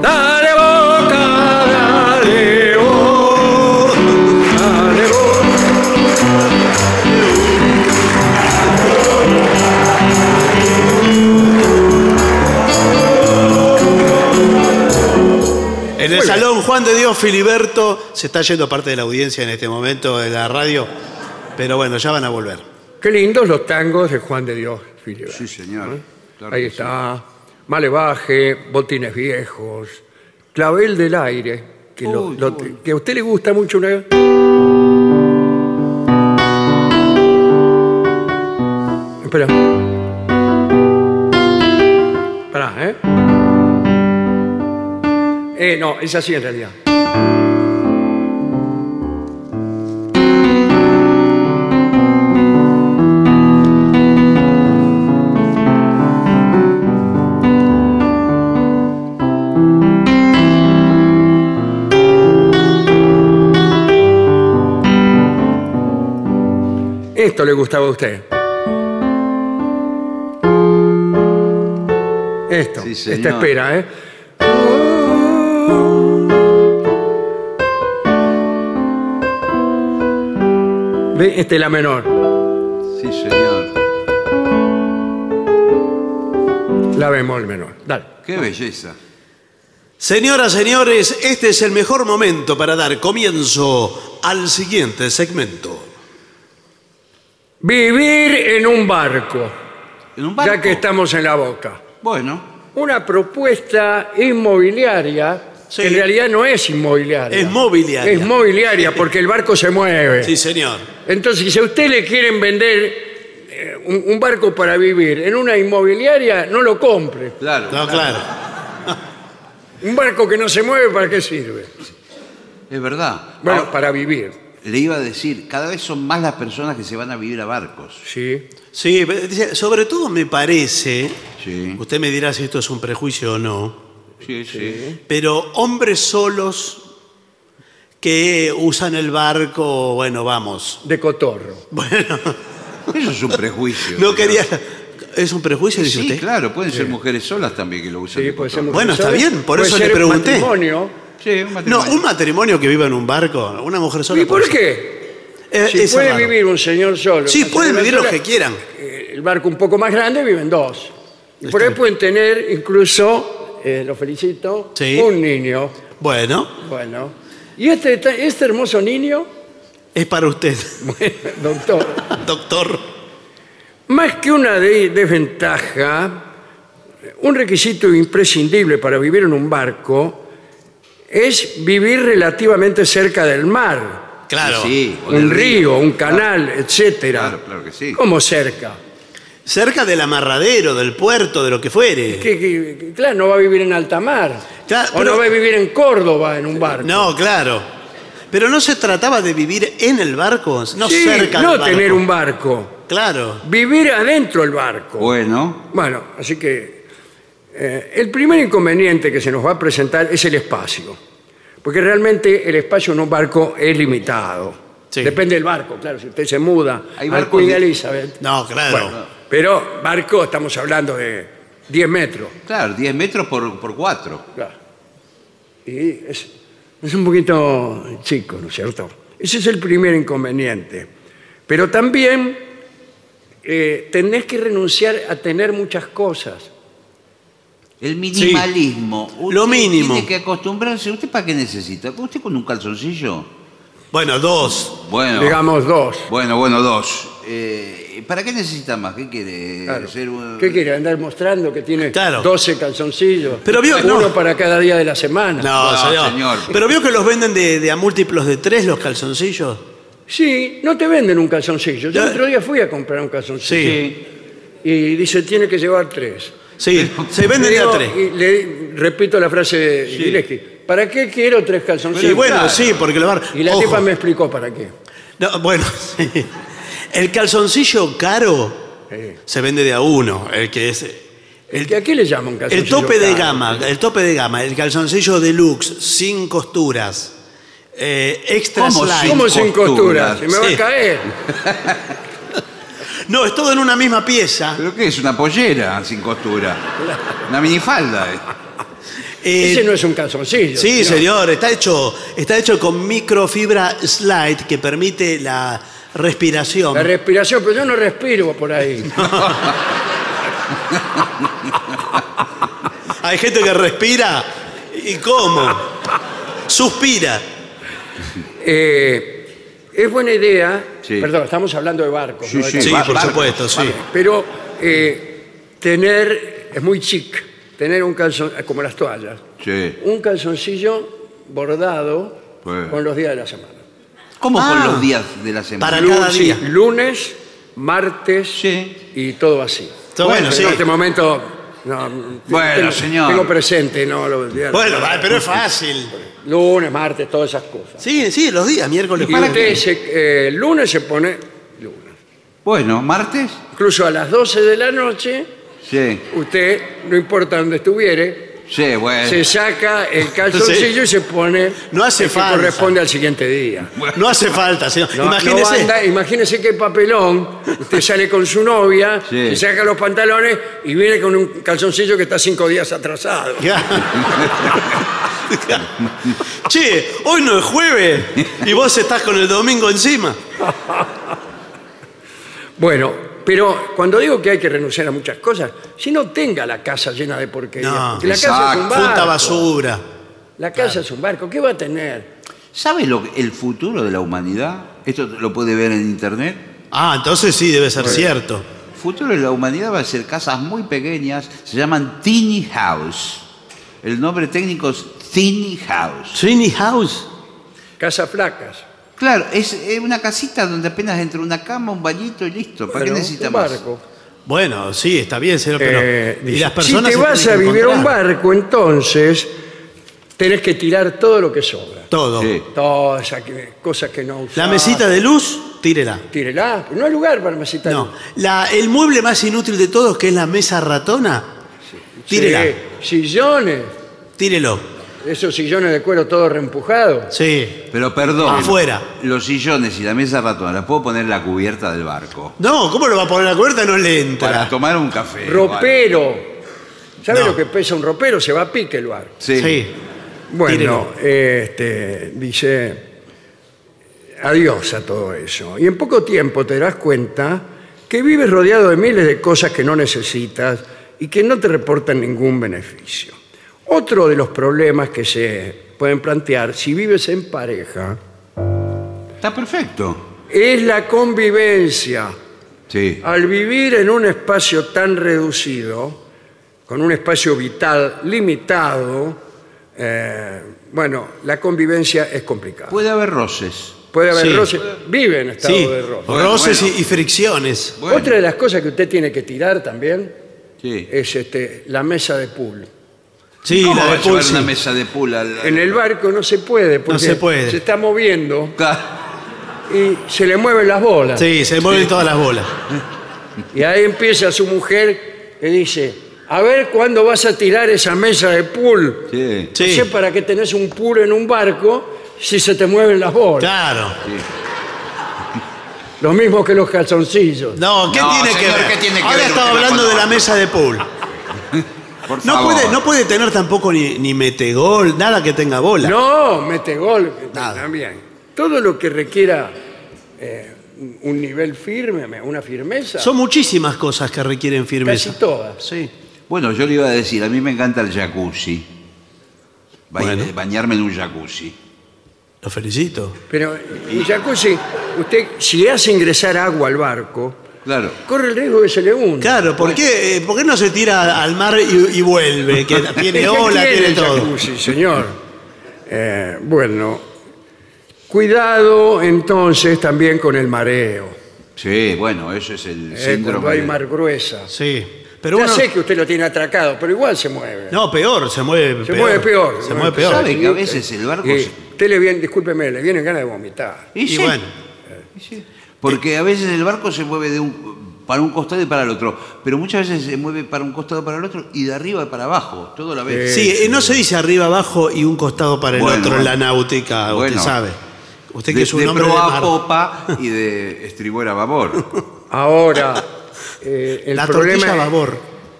A: dale boca, dale vos, dale vos.
C: En el Salón Juan de Dios Filiberto. Se está yendo parte de la audiencia en este momento de la radio. Pero bueno, ya van a volver.
A: Qué lindos los tangos de Juan de Dios, Filiberto.
B: Sí, señor. Claro
A: Ahí
B: que sí.
A: está. Malevaje, botines viejos, clavel del aire, que, lo-
B: Uy,
A: lo-
B: qué bueno.
A: que a usted le gusta mucho. Una... Espera. Pará, ¿eh? Eh, no, es así en realidad. Esto le gustaba a usted. Esto,
B: Sí,
A: esta
B: señor.
A: espera, ¿eh? Ve, Este es la menor.
B: Sí, señor.
A: La bemol menor. Dale.
B: Qué belleza.
C: Señoras, señores, este es el mejor momento para dar comienzo al siguiente segmento.
A: Vivir en un barco,
B: En un barco.
A: ya que estamos en la boca.
B: Bueno,
A: Una propuesta inmobiliaria,
C: Sí.
A: que en realidad no es inmobiliaria.
C: Es mobiliaria.
A: Es mobiliaria, porque el barco se mueve.
C: Sí, señor.
A: Entonces, si a usted le quieren vender eh, un, un barco para vivir en una inmobiliaria, no lo compre.
B: claro.
C: No, claro.
A: Un barco que no se mueve, ¿para qué sirve?
B: Es verdad.
A: Bueno,
C: Ah.
B: Ahora,
A: para vivir,
B: le iba a decir, cada vez son más las personas que se van a vivir a barcos.
A: sí.
C: Sí, pero dice, sobre todo me parece,
B: Sí.
C: usted me dirá si esto es un prejuicio o no,
B: Sí, sí.
C: pero hombres solos que usan el barco, bueno, vamos.
A: De cotorro.
C: Bueno,
B: Eso es un prejuicio.
C: no
B: señor.
C: quería... ¿Es un prejuicio, dice
B: Sí,
C: usted?
B: claro, pueden ser mujeres solas también que lo usan.
A: Sí,
B: de
A: puede ser
B: cotorra.
A: mujer
C: Bueno, está
A: sola,
C: bien, por
A: puede
C: eso le
A: ser
C: pregunté.
A: matrimonio.
B: Sí, un
C: No,
B: matrimonio.
C: un matrimonio que viva en un barco, una mujer sola.
A: ¿Y por
C: puede ser.
A: qué?
C: Eh,
A: Si
C: es
A: puede
C: raro.
A: vivir un señor solo.
C: Sí,
A: una
C: pueden
A: señora
C: vivir los
A: sola,
C: que quieran.
A: eh, El barco un poco más grande viven dos. Y por ahí pueden tener incluso, eh, lo felicito,
C: Sí.
A: un niño.
C: Bueno,
A: Bueno. ¿Y este, este hermoso niño?
C: es para usted,
A: Doctor.
C: doctor.
A: Más que una de- desventaja, un requisito imprescindible para vivir en un barco es vivir relativamente cerca del mar.
C: Claro.
B: Sí, o del
A: Un río, un canal, etcétera.
B: Claro, claro que sí.
A: ¿Cómo cerca?
C: Cerca del amarradero, del puerto, de lo que fuere.
A: Que- que- que, claro, no va a vivir en alta mar.
C: Claro,
A: o
C: pero-
A: no va a vivir en Córdoba en un barco.
C: No, claro. Pero no se trataba de vivir en el barco, no
A: Sí,
C: cerca
A: no
C: del barco.
A: tener un barco.
C: Claro.
A: Vivir adentro del barco.
B: Bueno,
A: Bueno, así que eh, el primer inconveniente que se nos va a presentar es el espacio. Porque realmente el espacio en un barco es limitado.
C: Sí.
A: Depende del barco, claro, si usted se muda
B: Hay
A: al
B: barcos
A: Queen
B: de-
A: Elizabeth.
C: No, claro.
A: Bueno, pero barco estamos hablando de 10 metros.
B: claro, 10 metros por, por 4.
A: claro. Y es, es un poquito chico, ¿no es cierto? Ese es el primer inconveniente. Pero también eh, tenés que renunciar a tener muchas cosas.
B: El minimalismo. Usted
C: Lo mínimo.
B: Tiene que acostumbrarse. ¿Usted para qué necesita? ¿Usted con un calzoncillo?
C: Bueno, dos.
B: Bueno.
A: Digamos dos.
B: Bueno, bueno, dos. Eh, ¿Para qué necesita más? ¿Qué quiere?
A: Claro.
B: Ser un-
A: ¿Qué quiere? Andar mostrando que tiene
C: Claro.
A: 12 calzoncillos.
C: Pero vio-
A: uno
C: no.
A: para cada día de la semana.
C: No,
B: No,
C: señor.
B: señor.
C: Pero vio que los venden de, de a múltiplos de tres los calzoncillos.
A: Sí, no te venden un calzoncillo. Yo
C: Ya-
A: el otro día fui a comprar un calzoncillo.
C: Sí.
A: Y dice, tiene que llevar tres.
C: Sí, se venden de a
A: Digo,
C: tres.
A: Y le repito la frase de Gillespie. ¿Para qué quiero tres calzoncillos?
C: Y bueno,
B: claro.
C: sí, porque los barcos.
A: Y la tipa me explicó para qué.
C: No, bueno, sí. El calzoncillo caro se vende de a uno, el que es.
A: El, que ¿A qué le llaman calzoncillo?
C: El tope de
A: caro?
C: gama, el tope de gama, el calzoncillo deluxe, sin costuras, eh, extra
B: ¿Cómo
C: slide.
A: ¿Cómo sin costura?
B: Costuras.
A: Se me va
C: Sí.
A: a caer.
C: No, es todo en una misma pieza.
B: ¿Pero qué es? ¿Una pollera sin costura? Una minifalda. eh.
C: Eh,
A: Ese no es un calzoncillo.
C: sí,
A: señor.
C: señor, está hecho, está hecho con microfibra slide que permite la respiración.
A: La respiración, pero yo no respiro por ahí.
C: Hay gente que respira y cómo. Suspira.
A: Eh, es buena idea,
B: Sí.
A: perdón, estamos hablando de barcos, ¿no?
B: Sí,
C: Sí,
B: va-
C: por
B: va-
C: supuesto, sí.
A: pero eh, tener, es muy chic, tener un calzón, como las toallas,
B: Sí.
A: un calzoncillo bordado
B: Pues.
A: con los días de la semana.
B: ¿Cómo
C: Ah.
B: con los días de la semana?
C: Para cada día.
A: Lunes, martes
B: Sí.
A: y todo así.
C: Está bueno, sí.
A: En este momento. no,
B: Bueno,
A: tengo-
B: señor.
A: Tengo presente, no lo
C: Bueno, va, pero es fácil.
A: Lunes, martes, todas esas cosas.
C: Sí, sí, los días, miércoles.
A: Y
C: jueves.
A: usted se- eh, el lunes se pone. lunes.
B: Bueno, ¿martes?
A: Incluso a las 12 de la noche,
B: Sí.
A: usted, no importa dónde estuviere,
B: Sí, bueno.
A: se saca el calzoncillo y se pone.
C: Eh. No hace
A: el que
C: falta.
A: corresponde al siguiente día.
C: No hace falta, señor.
A: No- no
C: Imagínese.
A: anda- imagínese qué papelón. Usted sale con su novia,
B: Sí.
A: se saca los pantalones y viene con un calzoncillo que está cinco días atrasado.
C: che, hoy no es jueves y vos estás con el domingo encima.
A: Bueno, pero cuando digo que hay que renunciar a muchas cosas, si no tenga la casa llena de porquería.
C: No,
A: porque la casa es un
B: exacto.
A: barco.
C: Punta basura.
A: La casa es un barco. ¿Qué va a tener?
B: ¿Sabe lo, que- el futuro de la humanidad? Esto lo puede ver en internet.
C: Ah, entonces sí, debe ser cierto.
B: El futuro de la humanidad va a ser casas muy pequeñas, se llaman Tiny House. El nombre técnico es Tiny House.
C: Trini House.
A: Casas flacas.
B: Claro, es eh, una casita donde apenas entra una cama, un bañito y listo. ¿Para
A: Bueno,
B: qué necesita
A: un
B: más?
A: barco.
C: Bueno, sí, está bien, señor, pero.
A: Eh,
C: y
A: dice,
C: las personas.
A: si te
C: se
A: vas a
C: tienen que
A: vivir a un
C: encontrar.
A: barco, entonces tenés que tirar todo lo que sobra.
C: Todo.
B: Sí.
A: Todas esas que- cosas que no usás.
C: La mesita de luz, tírela.
A: Tírela. No hay lugar para mesita de
C: No.
A: luz.
C: La- el mueble más inútil de todos, que es la mesa ratona, tírela.
A: Sí, sillones.
C: Tírelo.
A: Esos sillones de cuero todos reempujados.
C: Sí.
B: Pero perdón.
C: Afuera.
B: Los sillones y la mesa ratona, ¿la puedo poner en la cubierta del barco?
C: No, ¿cómo lo va a poner la cubierta? No le
B: Para
C: entra.
B: tomar un café.
A: Ropero. ¿Sabe
C: No.
A: lo que pesa un ropero? Se va a pique el barco.
B: Sí.
C: Sí.
A: Bueno, este, dice, adiós a todo eso. Y en poco tiempo te darás cuenta que vives rodeado de miles de cosas que no necesitas y que no te reportan ningún beneficio. Otro de los problemas que se pueden plantear si vives en pareja
B: Está perfecto.
A: es la convivencia.
B: Sí.
C: Ah.
A: Al vivir en un espacio tan reducido, con un espacio vital limitado, eh, bueno, la convivencia es complicada.
B: Puede haber roces.
A: Puede haber
C: Sí.
A: roces. Vive en estado
C: Sí.
A: de roce.
C: Roces
B: Bueno,
C: y- y fricciones.
B: Bueno.
A: Otra de las cosas que usted tiene que tirar también
B: Sí.
A: es este, la mesa de pool.
C: Eh, Sí,
B: ¿Cómo
C: la
B: va
C: de
B: a llevar
C: Paul, sí.
B: una mesa de pool al-
A: En el barco no se puede porque
C: se puede.
A: está moviendo
B: Ca-
A: y se le mueven las bolas.
C: Sí, se mueven todas las bolas.
A: Y ahí empieza su mujer que dice, a ver cuándo vas a tirar esa mesa de pool.
B: Sí.
C: Sí.
A: No sé para qué tenés un pool en un barco si se te mueven las bolas.
C: Claro.
A: Lo mismo que los calzoncillos.
C: No, ¿qué
B: No,
C: tiene
B: señor,
C: que ver?
B: ¿qué tiene que
C: Ahora
B: ver
C: estaba
B: un tema
C: hablando
B: con
C: de la
B: otro?
C: mesa de pool.
B: Por
C: No
B: favor.
C: puede, no puede tener tampoco ni, ni metegol, nada que tenga bola.
A: No, mete gol.
C: Nada.
A: También. Todo lo que requiera eh, un- un nivel firme, una firmeza,
C: Son muchísimas cosas que requieren
A: casi
C: firmeza.
A: todas.
C: Sí.
B: Bueno, yo le iba a decir, a mí me encanta el jacuzzi. Ba-
C: Bueno.
B: eh, Bañarme en un jacuzzi.
C: Lo felicito.
A: Pero, y jacuzzi, usted, si le hace ingresar agua al barco,
B: Claro.
A: corre el riesgo de que se le hunda.
C: Claro, ¿por qué, eh, por qué no se tira al mar y, y vuelve? Que
A: ¿Qué
C: tiene ola,
A: tiene
C: tiene
A: el
C: todo.
A: jacuzzi, señor. Eh, bueno, cuidado entonces también con el mareo.
B: Sí, bueno, eso es el
A: eh, cuando
B: síndrome.
A: hay
B: de-
A: mar gruesa.
C: Sí. Pero
A: ya
C: uno,
A: sé que usted lo tiene atracado, pero igual se mueve.
C: No, peor, se mueve
A: se
C: peor.
A: mueve peor.
C: Se mueve peor.
B: ¿Sabe que a veces el barco
A: Y
B: se-
A: Eh, usted le viene, discúlpeme, le vienen ganas de vomitar.
B: Y
C: Y
B: sí,
C: bueno,
B: Porque a veces el barco se mueve de un, para un costado y para el otro. Pero muchas veces se mueve para un costado para el otro y de arriba para abajo. Todo a la vez.
C: sí, eh, no se dice arriba, abajo y un costado para el
B: Bueno,
C: otro en la
B: bueno.
C: náutica,
B: Bueno.
C: usted sabe. Usted que
B: de,
C: es un
B: de
C: hombre de
B: proa a
C: mar.
B: popa y de estribor a babor.
A: Ahora, eh, el
C: La
A: problema.
C: tortilla a babor.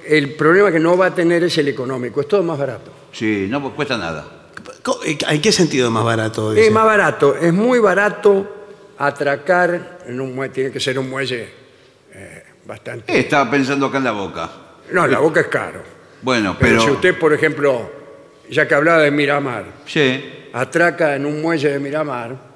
A: El problema que no va a tener es el económico, es todo más barato.
B: Sí, no pues, cuesta nada.
C: Co- eh, ¿En qué sentido más barato? dice?
A: Es más barato, es muy barato atracar en un muelle, tiene que ser un muelle eh, bastante.
B: Eh, estaba pensando acá en la boca.
A: No, la boca es caro.
B: Bueno,
A: Pero,
B: pero.
A: si usted, por ejemplo, ya que hablaba de Miramar,
B: Sí.
A: atraca en un muelle de Miramar,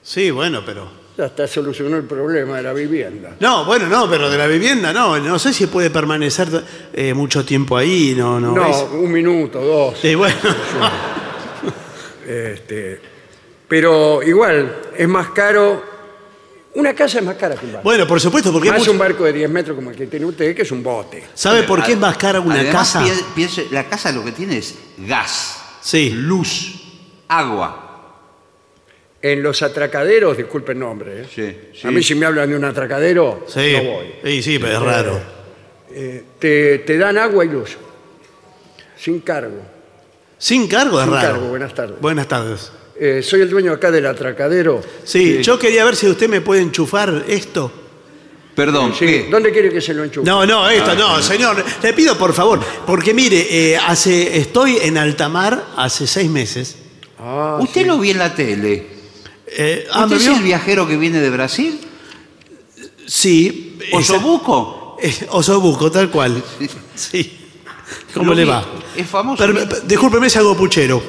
C: Sí, bueno, pero.
A: ya está solucionó el problema de la vivienda.
C: No, bueno, no, pero de la vivienda no. No sé si puede permanecer eh, mucho tiempo ahí, no, no.
A: No,
C: es-
A: un minuto, dos.
C: Sí, bueno.
A: Este, pero igual, es más caro Una casa es más cara que un barco.
C: Bueno, por supuesto, porque es
A: más
C: mucho-
A: un barco de 10 metros como el que tiene usted, que es un bote.
C: ¿Sabe por qué es más cara una
B: Además,
C: casa?
B: pie- piense, la casa lo que tiene es gas,
C: Sí.
B: luz, agua.
A: En los atracaderos, disculpe el nombre. ¿eh?
B: Sí, sí.
A: A mí si me hablan de un atracadero,
C: Sí.
A: no voy.
C: Sí, sí, pero es raro.
A: Eh, te, te dan agua y luz. Sin cargo.
C: Sin cargo es
A: Sin
C: raro.
A: cargo, buenas tardes.
C: Buenas tardes.
A: Eh, soy el dueño acá del atracadero.
C: Sí, yo quería ver si usted me puede enchufar esto.
B: Perdón,
A: Sí,
B: ¿qué?
A: ¿Dónde quiere que se lo enchufe?
C: No, no, esto
A: Ah,
C: no, señor. Le pido por favor, porque mire, eh, hace, estoy en Altamar hace seis meses.
A: Ah,
B: Usted lo vi en la tele.
C: Eh, ah,
B: ¿Usted
C: ¿me
B: es
C: vio?
B: el viajero que viene de Brasil?
C: Sí. eh,
B: ¿Osobuco?
C: eh, Osobuco, tal cual. Sí. ¿Cómo
B: Lo
C: le
B: vi.
C: va?
B: Es famoso.
C: Per- per- discúlpeme si hago puchero.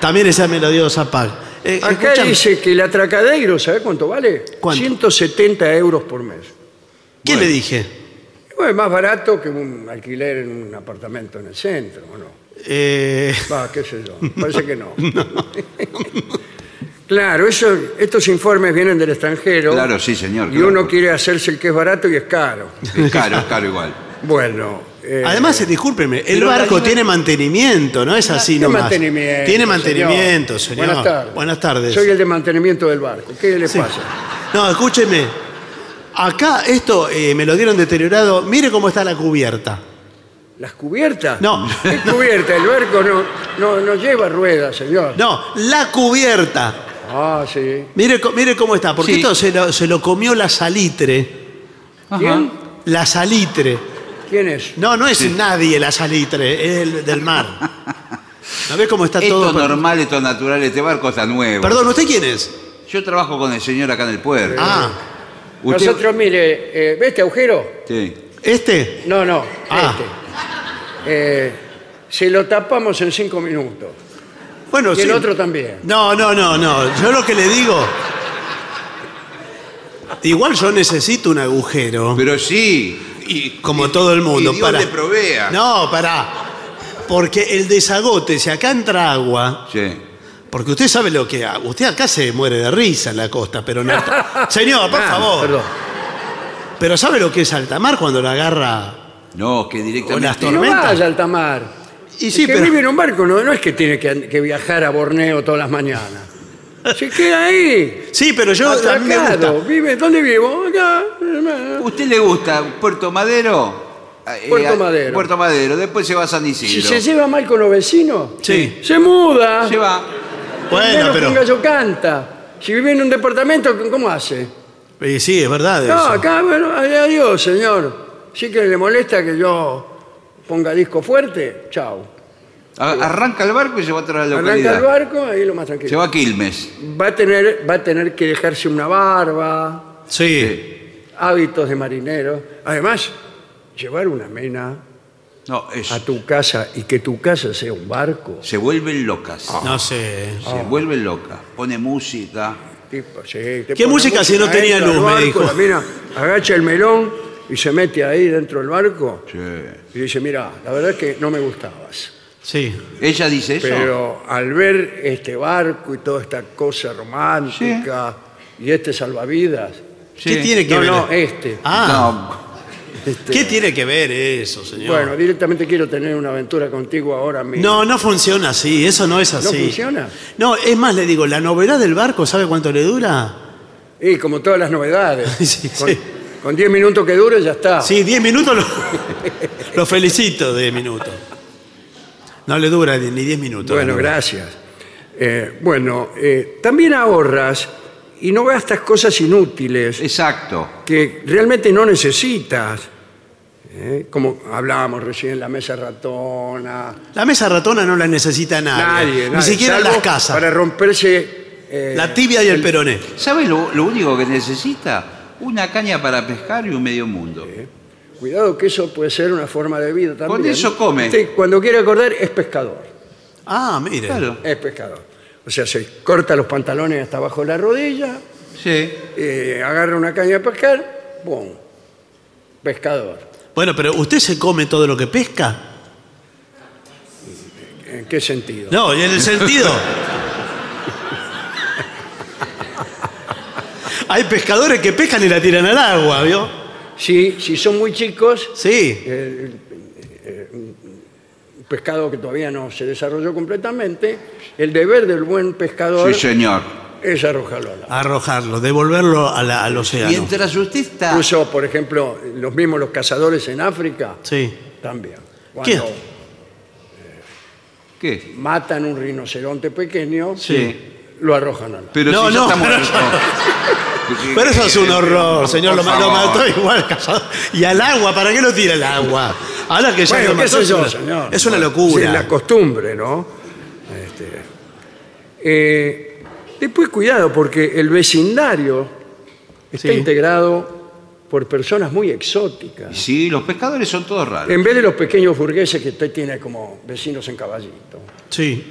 C: También esa me la dio Zapag. Eh,
A: Acá
C: escúchame.
A: dice que el atracadero, ¿sabe cuánto vale?
C: ¿Cuánto?
A: 170 euros por mes.
C: ¿Qué
B: Bueno.
C: le dije?
A: Bueno, es más barato que un alquiler en un apartamento en el centro, ¿o no?
C: Eh,
A: Va, qué sé yo. Parece que no. claro, eso, estos informes vienen del extranjero.
B: Claro, sí, señor,
A: Y
B: claro.
A: uno quiere hacerse el que es barato y es caro.
B: Es caro, es caro igual.
A: Bueno. eh,
C: Además, eh, discúlpeme, el
B: pero la
C: barco
B: liber-
C: tiene mantenimiento, no es así
A: tiene
C: nomás.
A: mantenimiento.
C: Tiene
A: señor.
C: mantenimiento, señor.
A: Buenas tardes.
C: Buenas tardes.
A: Soy el de mantenimiento del barco. ¿Qué le
C: Sí.
A: pasa?
C: No, escúcheme. Acá esto eh, me lo dieron deteriorado. Mire cómo está la cubierta.
A: ¿Las cubiertas?
C: No.
A: ¿Qué cubierta? El barco no, no, no lleva ruedas, señor.
C: No, la cubierta.
A: Ah, sí.
C: Mire, co- mire cómo está. Porque
B: Sí.
C: esto se lo, se lo comió la salitre.
A: ¿Quién?
C: La salitre.
A: ¿Quién es?
C: No, no es nadie la salitre, es el del mar. ¿No ves cómo está todo?
B: Esto
C: per-
B: normal, esto natural, este barco está nuevo.
C: Perdón, ¿usted quién es?
B: Yo trabajo con el señor acá en el puerto.
C: Ah,
B: Usted-
A: Nosotros, mire, eh, ¿ve este agujero?
B: Sí.
C: ¿este?
A: No, no,
C: Ah.
A: este. Eh, si lo tapamos en cinco minutos.
C: Bueno,
A: Y el
C: Oh, sí.
A: otro también.
C: No, no, no, no. Yo lo que le digo. Igual yo necesito un agujero.
B: Pero sí. Y,
C: como todo el mundo.
B: Y Dios
C: para.
B: le provea.
C: No, pará. Porque el desagote, si acá entra agua.
B: Sí.
C: Porque usted sabe lo que. Usted acá se muere de risa en la costa, pero no. Señor, por
A: Ah,
C: favor.
A: Perdón.
C: Pero ¿sabe lo que es altamar cuando la agarra?
B: No, que
C: O las
B: directamente.
C: tormentas.
A: No
C: ¿Tormenta?
A: vaya al tamar.
C: Y sí,
A: El que
C: pero-
A: vive en un barco no, no es que tiene que, que viajar a Borneo todas las mañanas. Se queda ahí.
C: Sí, pero yo. A mí me gusta.
A: atracado. Vive, ¿Dónde vivo? Acá.
B: ¿Usted le gusta Puerto Madero? Eh,
A: Puerto
B: eh,
A: Madero.
B: Puerto Madero. Después se va a San
A: Si
B: Isidro.
A: se lleva mal con los vecinos,
C: Sí.
A: se muda.
B: Se va.
C: Bueno,
A: Menos que Un
C: pero.
A: gallo canta. Si vive en un departamento, ¿cómo hace?
C: Eh, Sí, es verdad.
A: No,
C: eso.
A: acá, bueno, adiós, señor. Sí que le molesta que yo ponga disco fuerte, chao.
B: A- arranca el barco y se va a otra localidad.
A: Arranca el barco, ahí lo más tranquilo.
B: Se va a Quilmes.
A: Va a tener, va a tener que dejarse una barba,
C: Sí.
A: hábitos de marinero. Además, llevar una mena
B: No, es-
A: a tu casa y que tu casa sea un barco.
B: se vuelven locas.
C: No sé.
B: Se vuelven locas. Pone música.
A: Tipo, sí, te
C: ¿Qué
A: pone
C: música si no tenía
A: entra al
C: luz, me
A: barco,
C: dijo?
A: la mina agacha el melón y se mete ahí dentro del barco y dice, mira, la verdad es que no me gustabas.
C: Sí.
B: Ella dice eso.
A: Pero al ver este barco y toda esta cosa romántica y este salvavidas,
C: ¿Qué tiene que
A: no,
C: ver?
A: no, este.
C: Ah,
B: No,
A: este,
C: eh, ¿qué tiene que ver eso, señor?
A: Bueno, directamente quiero tener una aventura contigo ahora mismo.
C: no, no funciona así, eso no es así.
A: funciona?
C: No, es más, le digo, la novedad del barco, ¿sabe cuánto le dura?
A: Y como todas las novedades.
C: Sí,
A: con,
C: sí.
A: con 10 minutos que dure ya está.
C: Sí, 10 minutos lo, lo felicito de minutos. No le dura ni 10 minutos.
A: Bueno,
C: la novedad.
A: gracias. Eh, bueno, eh, también ahorras y no gastas cosas inútiles
B: exacto.
A: que realmente no necesitas. ¿eh? Como hablábamos recién, la mesa ratona.
C: La mesa ratona no la necesita nadie.
A: Nadie,
C: Ah, Ni
A: nadie,
C: siquiera
A: salvo
C: las casas.
A: Para romperse. eh,
C: La tibia y el peroné.
B: ¿Sabe lo, lo único que necesita? Una caña para pescar y un medio mundo.
A: Cuidado que eso puede ser una forma de vida también.
B: Con eso come.
A: Usted, cuando quiere acordar, es pescador.
C: Ah, mire.
B: Claro.
A: Es pescador. O sea, se corta los pantalones hasta abajo de la rodilla,
B: Sí.
A: eh, agarra una caña de pescar, ¡pum! Pescador.
C: Bueno, pero ¿usted se come todo lo que pesca?
A: ¿En qué sentido?
C: No, en el sentido. Hay pescadores que pescan y la tiran al agua, ¿vio?
A: Si, si son muy chicos,
C: Sí.
A: un pescado que todavía no se desarrolló completamente, el deber del buen pescador
B: Sí, señor.
A: es arrojarlo al agua.
C: Arrojarlo, devolverlo a la- al océano.
B: Mientras usted está.
C: Pues,
A: Incluso, por ejemplo, los mismos los cazadores en África
C: Sí.
A: también.
C: ¿Qué?
A: Cuando
B: ¿Qué?
A: matan un rinoceronte pequeño,
B: Sí.
A: lo arrojan al agua.
B: Pero
C: No,
B: si
C: no,
B: ya está
C: pero-
B: muerto.
C: Pero eso es un horror, señor. Lo,
B: Este, Por
C: ma- lo
B: favor.
C: mató igual, cazador. Y al agua, ¿para qué lo tira al agua? Ahora que ya
A: Bueno,
C: lo
A: qué
C: mató,
A: sé
C: es
A: yo,
C: una-
A: señor.
C: Es una
A: Sí,
C: locura.
A: la costumbre, ¿no? Este, eh, después, cuidado, porque el vecindario está
C: Sí.
A: integrado por personas muy exóticas.
B: Sí, los pescadores son todos raros.
C: Eh,
A: En vez de los pequeños burgueses que usted tiene como vecinos en caballito.
C: Sí.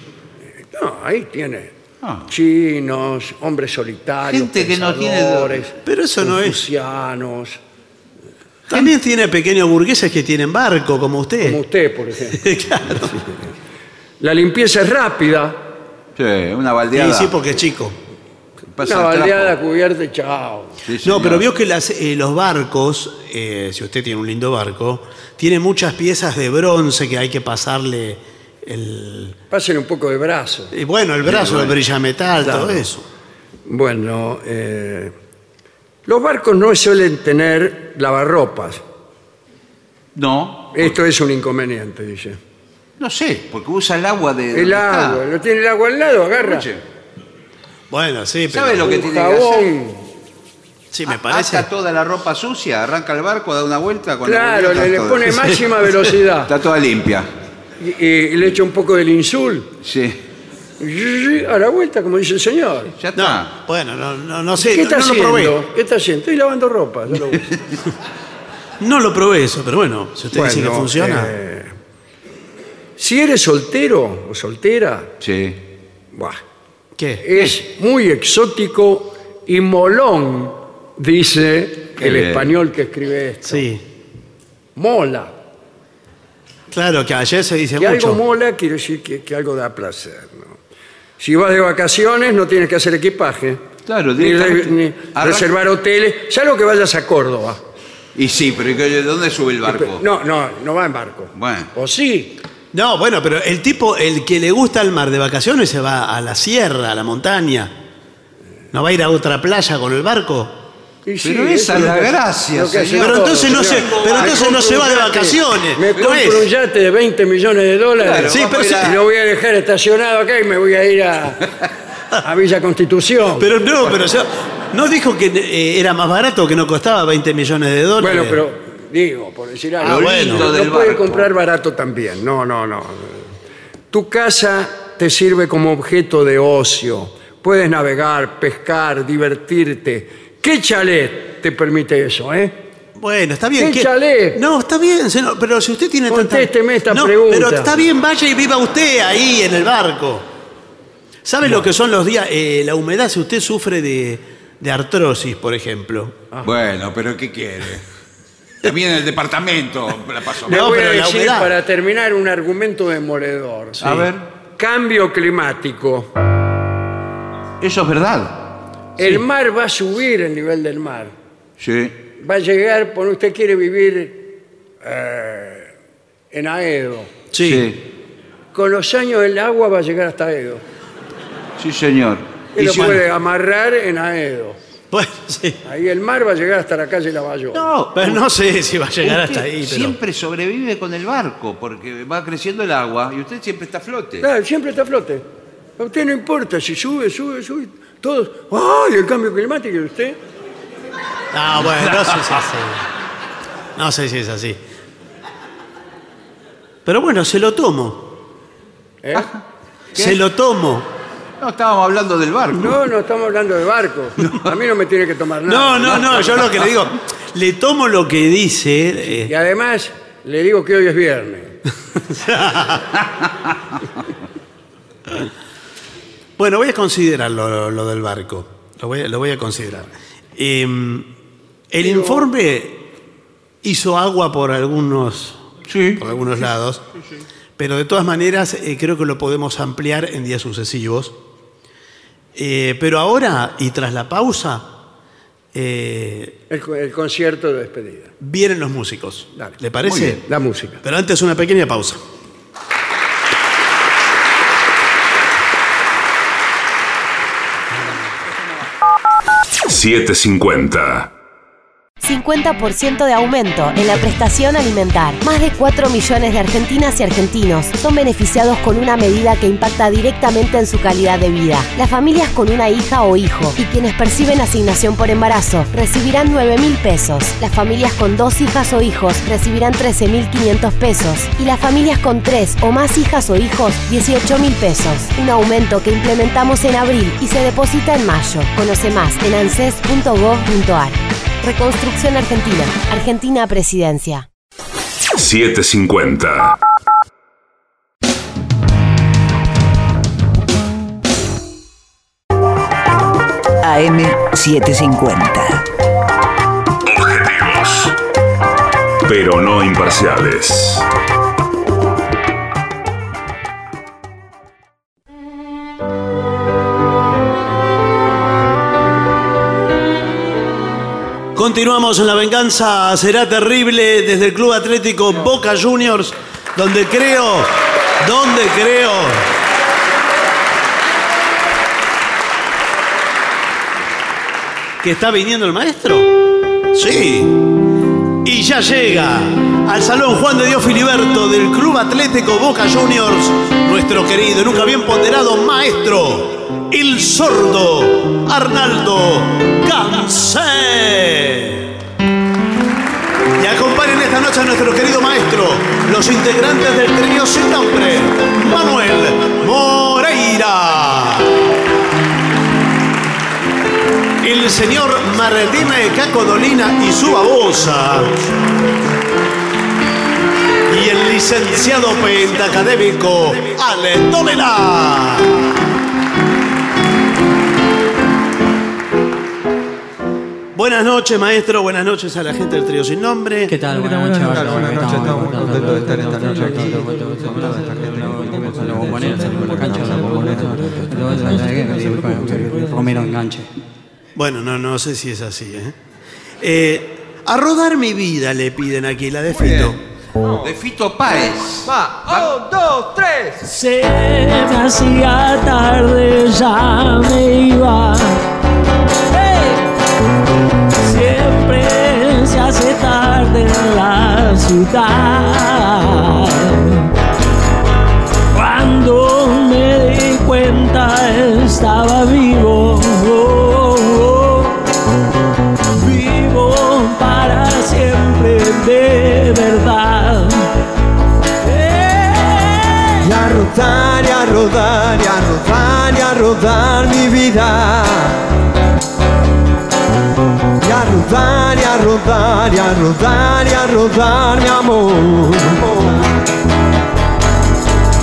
A: No, ahí tiene
B: Ah.
A: chinos, hombres solitarios,
B: Gente que no tiene-
A: pensadores,
C: Pero eso no es.
A: confucianos,
C: También tiene pequeños burgueses que tienen barco, como
A: como
C: usted.
A: usted, por ejemplo.
C: claro.
A: La limpieza es rápida,
B: Sí, una
C: Y
B: baldeada.
C: sí, porque es chico.
B: Pasa
A: una
B: el trapo.
A: baldeada cubierta y chao.
B: Sí, señor.
C: No, pero vio que las, eh, los barcos, eh, si usted tiene un lindo barco, tiene muchas piezas de bronce que hay que pasarle el.
A: Pasen un poco de brazo.
C: y bueno, el brazo, de brilla metal,
A: Claro.
C: todo eso.
A: Bueno, eh, los barcos no suelen tener lavarropas.
B: No,
A: Esto es un inconveniente, dice.
B: no sé, porque usa el agua de.
A: El
B: donde está.
A: agua, no tiene el agua al lado, agarra.
B: Escuche,
C: Bueno, sí, pero.
B: ¿Sabe lo que
A: un
B: tiene que hacer?
A: jabón.
C: Sí, me
B: A-
C: parece.
B: Ata toda la ropa sucia, arranca el barco, da una vuelta. Cuando
A: Claro, le,
B: vuelve,
A: le
B: está
A: pone
B: toda-
A: máxima velocidad.
B: Está toda limpia.
A: Y, y le echa un poco del insul.
B: Sí,
A: Y- A la vuelta, como dice el señor.
B: ya está.
C: No, bueno, no, no, no sé.
A: ¿Qué está
C: no, no lo probé.
A: haciendo? ¿Qué está haciendo? Estoy lavando ropa. ya lo uso.
C: No lo probé eso, pero bueno, si usted dice que
A: Bueno,
C: funciona.
A: eh, si eres soltero o soltera,
B: Sí.
A: buah,
C: ¿Qué?
A: es muy exótico y molón, dice
B: Qué
A: el
B: bien.
A: español que escribe esto.
C: Sí.
A: Mola.
C: Claro que ayer se dice
A: Que algo
C: mucho.
A: mola quiere decir que, que algo da placer. ¿no? Si vas de vacaciones no tienes que hacer equipaje.
B: Claro,
A: ni, re-
B: directamente.
A: ni
B: Arran-
A: reservar hoteles, salvo que vayas a Córdoba.
B: Y sí, pero ¿y qué- ¿de dónde sube el barco?
A: No, no, no va en barco.
B: Bueno.
A: O sí,
C: No, bueno, pero el tipo, el que le gusta el mar de vacaciones se va a la sierra, a la montaña. ¿No va a ir a otra playa con el barco?
A: Y
B: Pero
A: eso
B: esa es la
A: lo que-
B: gracia,
A: lo que hace
B: señor.
C: Pero
A: todo,
C: entonces no
A: señor.
C: se- pero
A: Me
C: entonces no
A: compro
C: se
A: un
C: va de
A: yate,
C: vacaciones.
A: Me
C: ¿No
A: compro
C: es?
A: un yate de 20 millones de dólares.
B: Claro,
C: Sí,
B: vamos
C: pero
B: a ir
C: sí.
B: a-
A: Y lo voy a dejar estacionado acá y me voy a ir a, a Villa Constitución.
C: Pero no, pero yo, no dijo que eh, era más barato, que no costaba 20 millones de dólares.
A: bueno, pero digo, por decir algo.
C: Ah,
A: no
C: bueno.
A: no
B: del
A: puede
B: barco.
A: comprar barato también. No, no, no. Tu casa te sirve como objeto de ocio. Puedes navegar, pescar, divertirte. ¿Qué chalet te permite eso, eh?
C: Bueno, está bien.
A: Échale.
C: No, está bien, señor, pero si usted tiene tanta-
A: Contésteme esta
C: No,
A: pregunta.
C: Pero está bien, vaya y viva usted ahí en el barco. ¿Sabe lo que son los días? eh, la humedad, si usted sufre de, de artrosis, por ejemplo.
B: Ah. Bueno, pero ¿qué quiere? También el departamento la pasó
A: Le
C: No,
A: voy a
C: pero la
A: decir
C: humedad.
A: para terminar un argumento demoledor.
B: A ver,
A: Cambio climático.
B: eso es verdad.
A: El mar va a subir el nivel del mar.
B: Sí.
A: Va a llegar, por usted quiere vivir eh, en Aedo.
C: Sí.
A: Con los años el agua va a llegar hasta Aedo.
B: Sí, señor.
A: Y,
C: Y
A: lo
C: si-
A: puede amarrar en Aedo.
C: Bueno, sí.
A: Ahí el mar va a llegar hasta la calle Lavalló.
B: No,
C: Pero no sé si va a llegar
B: usted
C: hasta ahí. Pero...
B: siempre sobrevive con el barco porque va creciendo el agua y usted siempre está a flote.
A: Claro, siempre está a flote. A usted no importa si sube, sube, sube. Todos, ¡ay, el cambio climático! ¿Y usted?
C: Ah, bueno, no sé si es así. No sé si es así. Pero bueno, se lo tomo.
A: ¿eh?
C: Se lo tomo.
B: No, estábamos hablando del barco.
A: No, no estamos hablando de barco. A mí no me tiene que tomar nada.
C: No, no, no, yo lo que le digo, le tomo lo que dice. eh,
A: Y además, le digo que hoy es viernes.
C: Bueno, voy a considerar lo, lo- lo del barco. Lo voy, a- lo voy a considerar. Eh, el informe hizo agua por algunos,
B: Sí.
C: por algunos lados, pero de todas maneras eh, creo que lo podemos ampliar en días sucesivos. Eh, pero ahora, y tras la pausa, eh,
A: El, co- el concierto de despedida.
C: vienen los músicos.
A: Dale. Muy
C: ¿Le parece?
A: bien, La música.
C: Pero antes una pequeña pausa.
E: $7.50.
H: 50% de aumento en la prestación alimentar. Más de 4 millones de argentinas y argentinos son beneficiados con una medida que impacta directamente en su calidad de vida. Las familias con una hija o hijo y quienes perciben asignación por embarazo recibirán 9 mil pesos. Las familias con dos hijas o hijos recibirán 13 mil 500 pesos. Y las familias con tres o más hijas o hijos 18 mil pesos. Un aumento que implementamos en abril y se deposita en mayo. Conoce más en anses.gov.ar. Reconstrucción Argentina. Argentina Presidencia.
E: 750.
D: AM750.
E: Objetivos. Pero no imparciales.
C: Continuamos en la venganza, será terrible desde el Club Atlético Boca Juniors, donde creo, donde creo. ¿Que está viniendo el maestro? Sí. Y ya llega al Salón Juan de Dios Filiberto del Club Atlético Boca Juniors, nuestro querido, y nunca bien ponderado maestro, el sordo Arnaldo Cancé. Y acompañen esta noche a nuestro querido maestro, los integrantes del trío sin nombre, Manuel Moreira. El señor Martínez Cacodolina y su babosa. Y el licenciado pentacadémico Ale Dolera. Buenas noches, maestro. Buenas noches a la gente del trío sin nombre.
F: ¿Qué tal? Buenas noches, buenas noches. Estamos muy contentos de estar esta noche aquí. Los bombonera, la cancha de la bombonera. Romero enganche.
C: Bueno, no, no sé si es así. ¿eh? Eh, a rodar mi vida le piden aquí la de Fito.
B: De Fito Páez.
F: Se me hacía tarde, ya me iba. Siempre se hace tarde en la ciudad. Cuando me di cuenta estaba vivo. Oh, oh. Vivo para siempre de verdad. Y a rodar, y a rodar, y a rodar, y a rodar mi vida. Y a rodar, y a rodar, y a rodar, y a rodar mi amor.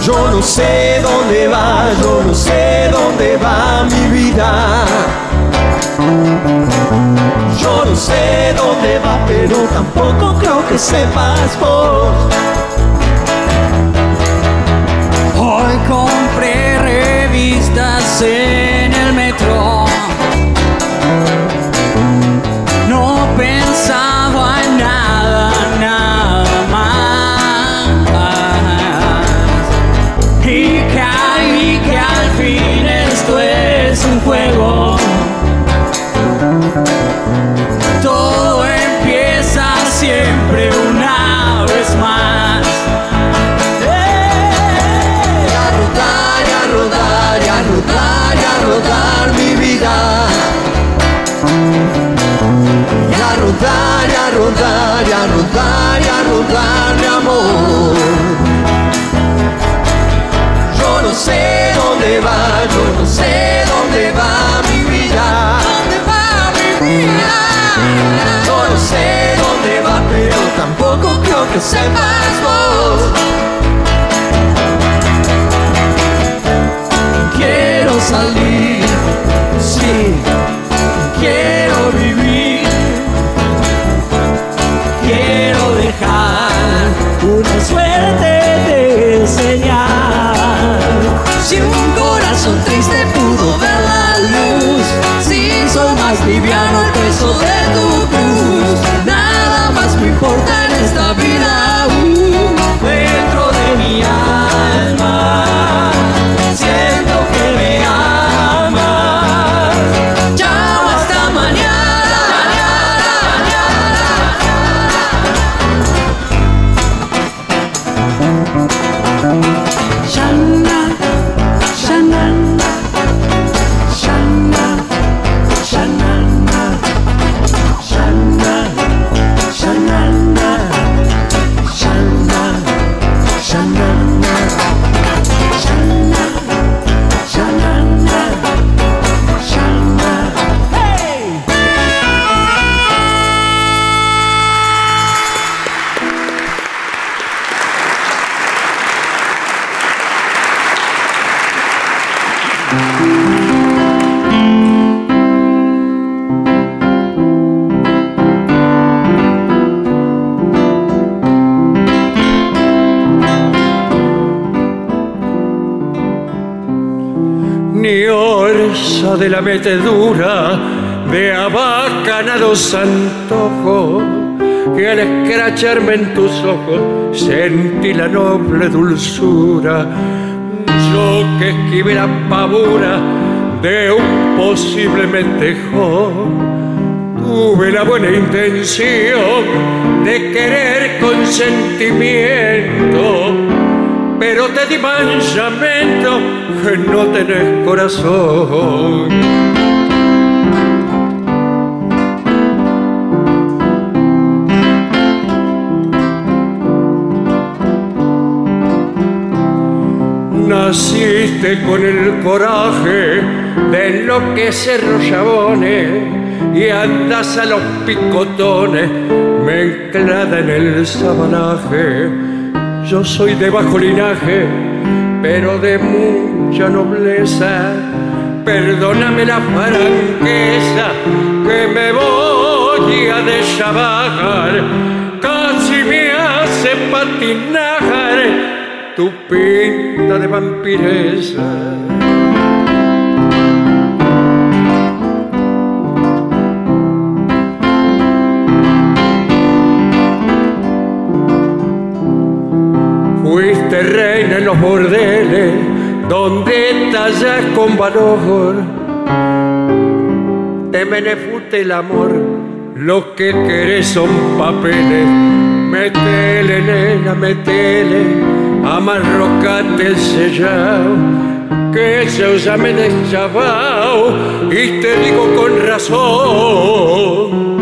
F: Yo no sé dónde va, yo no sé dónde va mi vida. Yo no sé dónde va, pero tampoco creo que sepas vos. Hoy compré revistas en el metro. No pensaba en nada, nada más. Y caí que al fin esto es un juego. Todo empieza siempre una vez más. Y a rodar, y a rodar, y a rodar, y a rodar mi vida. Y a rodar, y a rodar, y a rodar, y a rodar mi amor. Yo no sé dónde va, yo no sé dónde va mi vida. ¿Dónde va mi vida? Yo no sé dónde va, pero tampoco creo que sepas vos. Quiero salir, sí, quiero vivir, quiero dejar una suerte de señal. Si un corazón triste pudo ver la luz, si soy más más liviano el peso de tu cruz. Nada más me importa en esta vida. uh. dentro de mi alma siento que me amas. Chao, hasta mañana. Shana, Shana, Shana, Shana, Shana, Shana, Shana, Shana, Shana, Shana, Shana.
A: ni orza de la metedura de abacanados antojos que al escracharme en tus ojos sentí la noble dulzura yo que esquivé la pavura de un posible metejo tuve la buena intención de querer con sentimiento pero te di manchamento que no tenés corazón. Naciste con el coraje de enloquecer los chabones y andas a los picotones mezclada en el sabanaje. Yo soy de bajo linaje, pero de mucha nobleza. Perdóname la franqueza que me voy a deshabajar. Casi me hace patinar tu pinta de vampireza. Fuiste reina en los bordeles donde tallas con valor. Te menefute el amor, lo que querés son papeles. Metele, nena, metele, amarrocate el sellao, que yo ya me he deschavao, y te digo con razón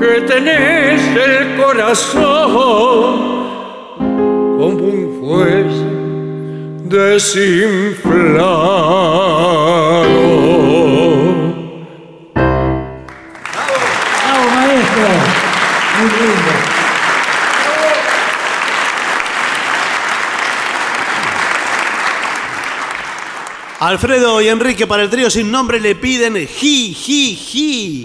A: que tenés el corazón como un juez desinflado.
I: ¡Bravo, maestro! Muy lindo.
C: Alfredo y Enrique para el trío sin nombre le piden ji, ji, ji.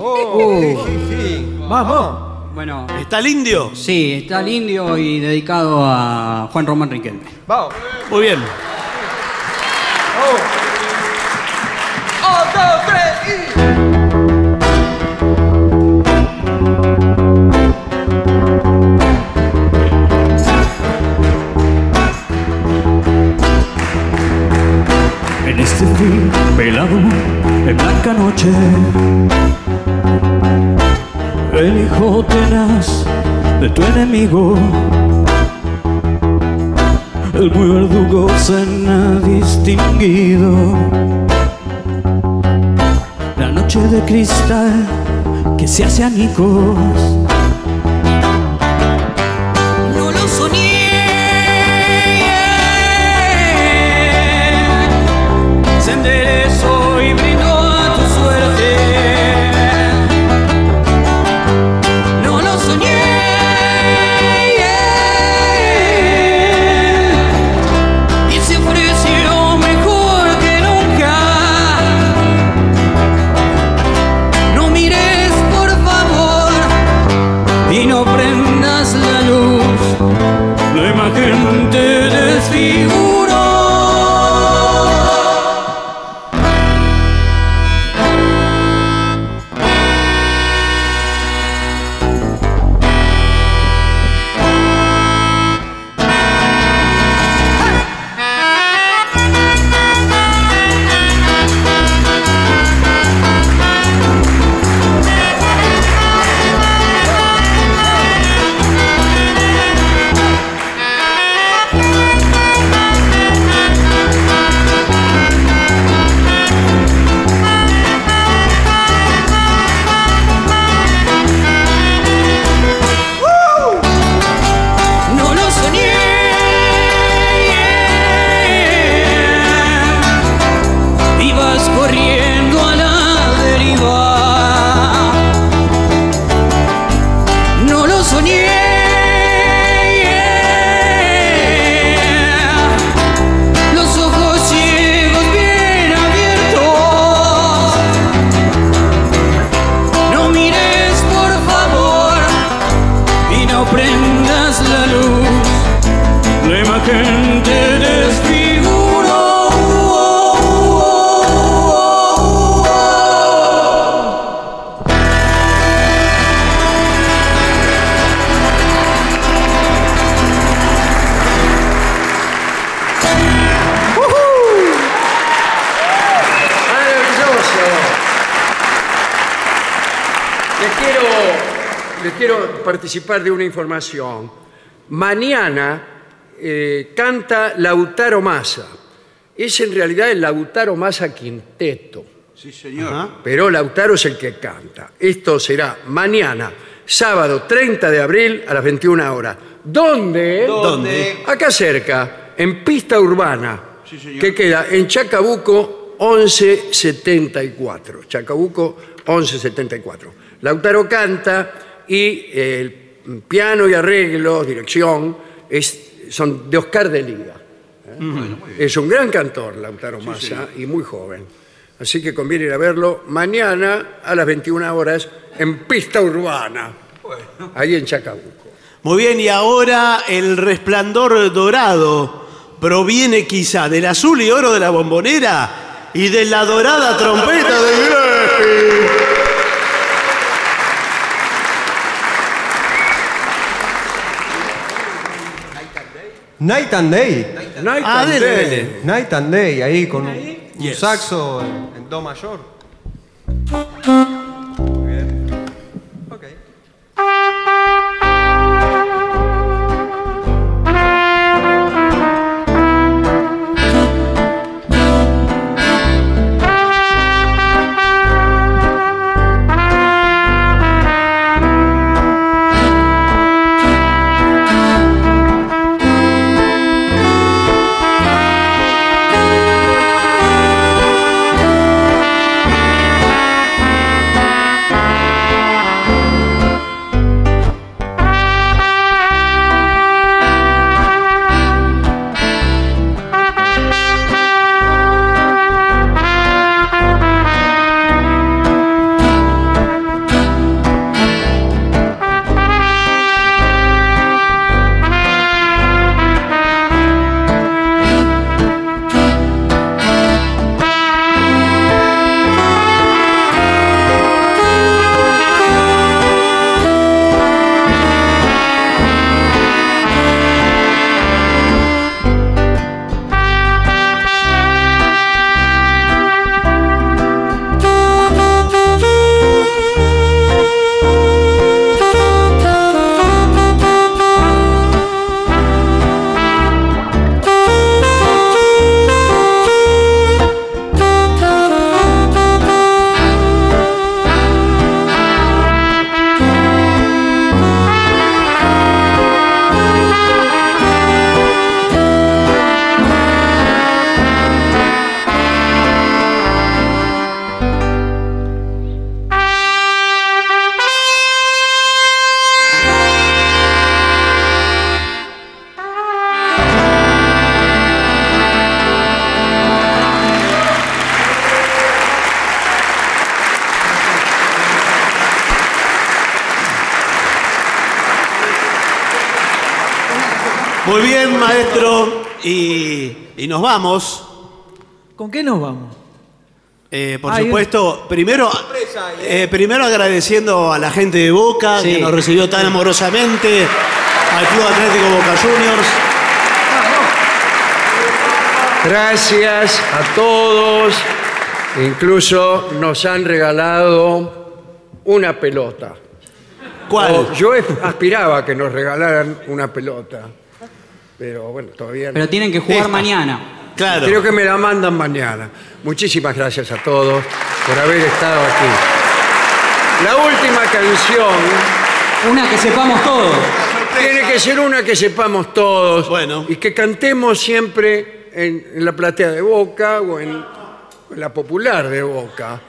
I: ¡Vamos!
J: Bueno,
C: ¿Está el indio?
J: sí, está el indio y dedicado a Juan Román Riquelme.
I: ¡Vamos!
C: Muy bien.
K: En este fin velado de blanca noche El hijo tenaz de tu enemigo El muy verdugo cena distinguido La noche de cristal que se hace anicos
F: No lo soñé, se enderezó y brindó a tu suerte. No lo soñé, y se ofreció mejor que nunca. No mires, por favor,
A: eh. les quiero, les quiero participar de una información. Mañana eh, canta Lautaro Massa. Es en realidad el Lautaro Massa Quinteto.
B: Sí, señor.
A: Pero Lautaro es el que canta. Esto será mañana, sábado 30 de abril a las 21 horas. ¿Dónde?
B: ¿Dónde?
A: Acá cerca, en Pista Urbana,
B: Sí, señor.
A: que queda en Chacabuco 1174. Chacabuco 1174. Lautaro canta y eh, el piano y arreglos, dirección, es, son de Oscar de Liga. Es un gran cantor, Lautaro Massa, y muy joven. Así que conviene ir a verlo mañana a las 21 horas en Pista Urbana, ahí en Chacabuco.
C: Muy bien, y ahora el resplandor dorado proviene quizá del azul y oro de la bombonera y de la dorada trompeta de Greppi.
L: Night and Day.
A: Night
C: Ah, and dele, Day. dele.
L: Night and Day, ahí con un, un
C: Yes.
L: saxo en, en do mayor.
C: Muy bien, maestro. Y, y nos vamos.
I: ¿Con qué nos vamos?
C: Eh, por
I: Hay un-
C: supuesto, primero, eh, primero agradeciendo a la gente de Boca
I: Sí.
C: que nos recibió tan amorosamente, al Club Atlético Boca Juniors.
A: Gracias a todos. Incluso nos han regalado una pelota.
C: ¿Cuál?
I: Oh,
A: O yo es- aspiraba a que nos regalaran una pelota. Pero bueno, todavía no.
J: Pero tienen que jugar
A: Esta.
J: mañana.
C: Claro.
A: Creo que me la mandan mañana. Muchísimas gracias a todos por haber estado aquí. La última canción.
J: Una que sepamos todos.
A: Tiene que ser una que sepamos todos.
C: Bueno.
A: Y que cantemos siempre en, en la platea de Boca o en, en la popular de Boca.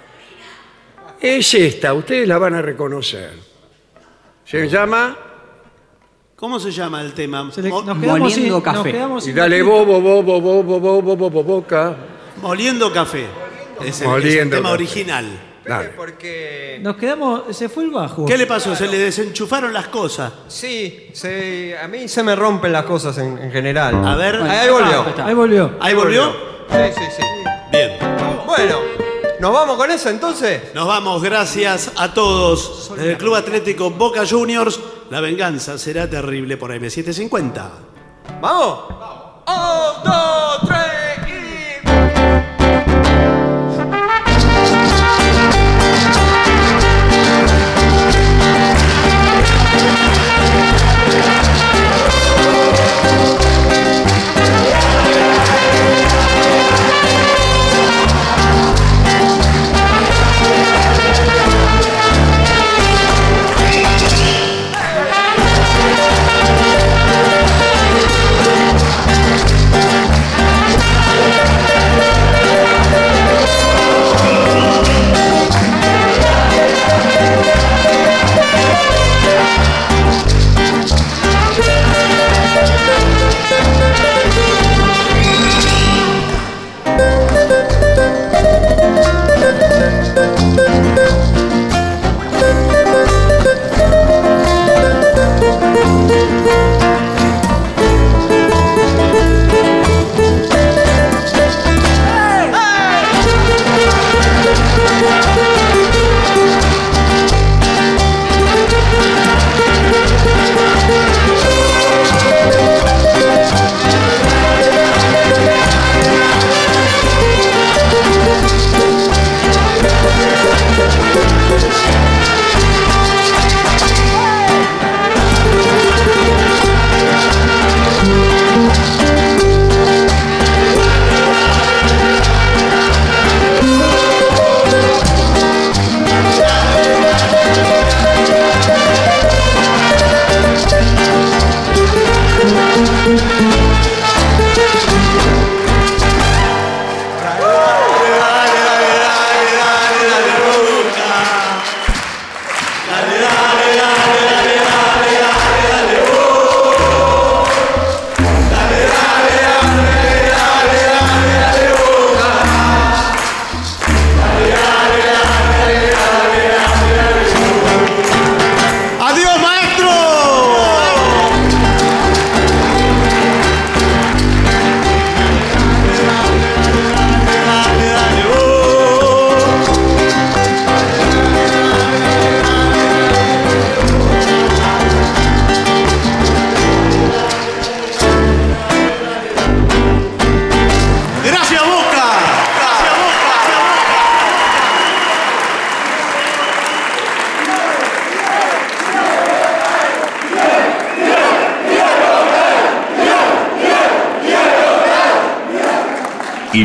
A: Es esta, ustedes la van a reconocer. Se llama
C: ¿Cómo se llama el tema? Mo-
I: Nos quedamos sin, nos quedamos
A: Y
I: sin-
A: dale bobo, bobo, bobo, bobo, bobo, bobo, boca.
C: Moliendo café. Es el, es el
A: Moliendo
C: tema
A: café.
C: original.
A: Dale.
L: Eh,
I: Nos quedamos, se fue el bajo.
C: ¿Qué le pasó? Se le desenchufaron las cosas.
L: Sí, se- a mí se me rompen las cosas en, en general.
C: A ver.
L: Ahí volvió.
I: Ahí volvió.
C: ¿Ahí volvió?
L: Sí, sí, sí.
C: Bien.
L: Bueno, ¿nos vamos con eso entonces?
C: Nos vamos, gracias a todos. Desde el Club Atlético Boca Juniors, la venganza será terrible por M750.
L: ¿Vamos?
F: Un, dos, tres y...
M: Thank you.
E: Y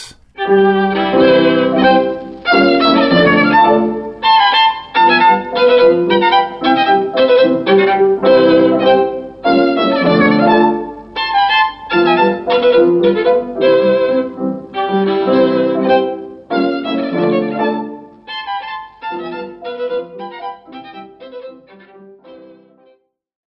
M: Thank you.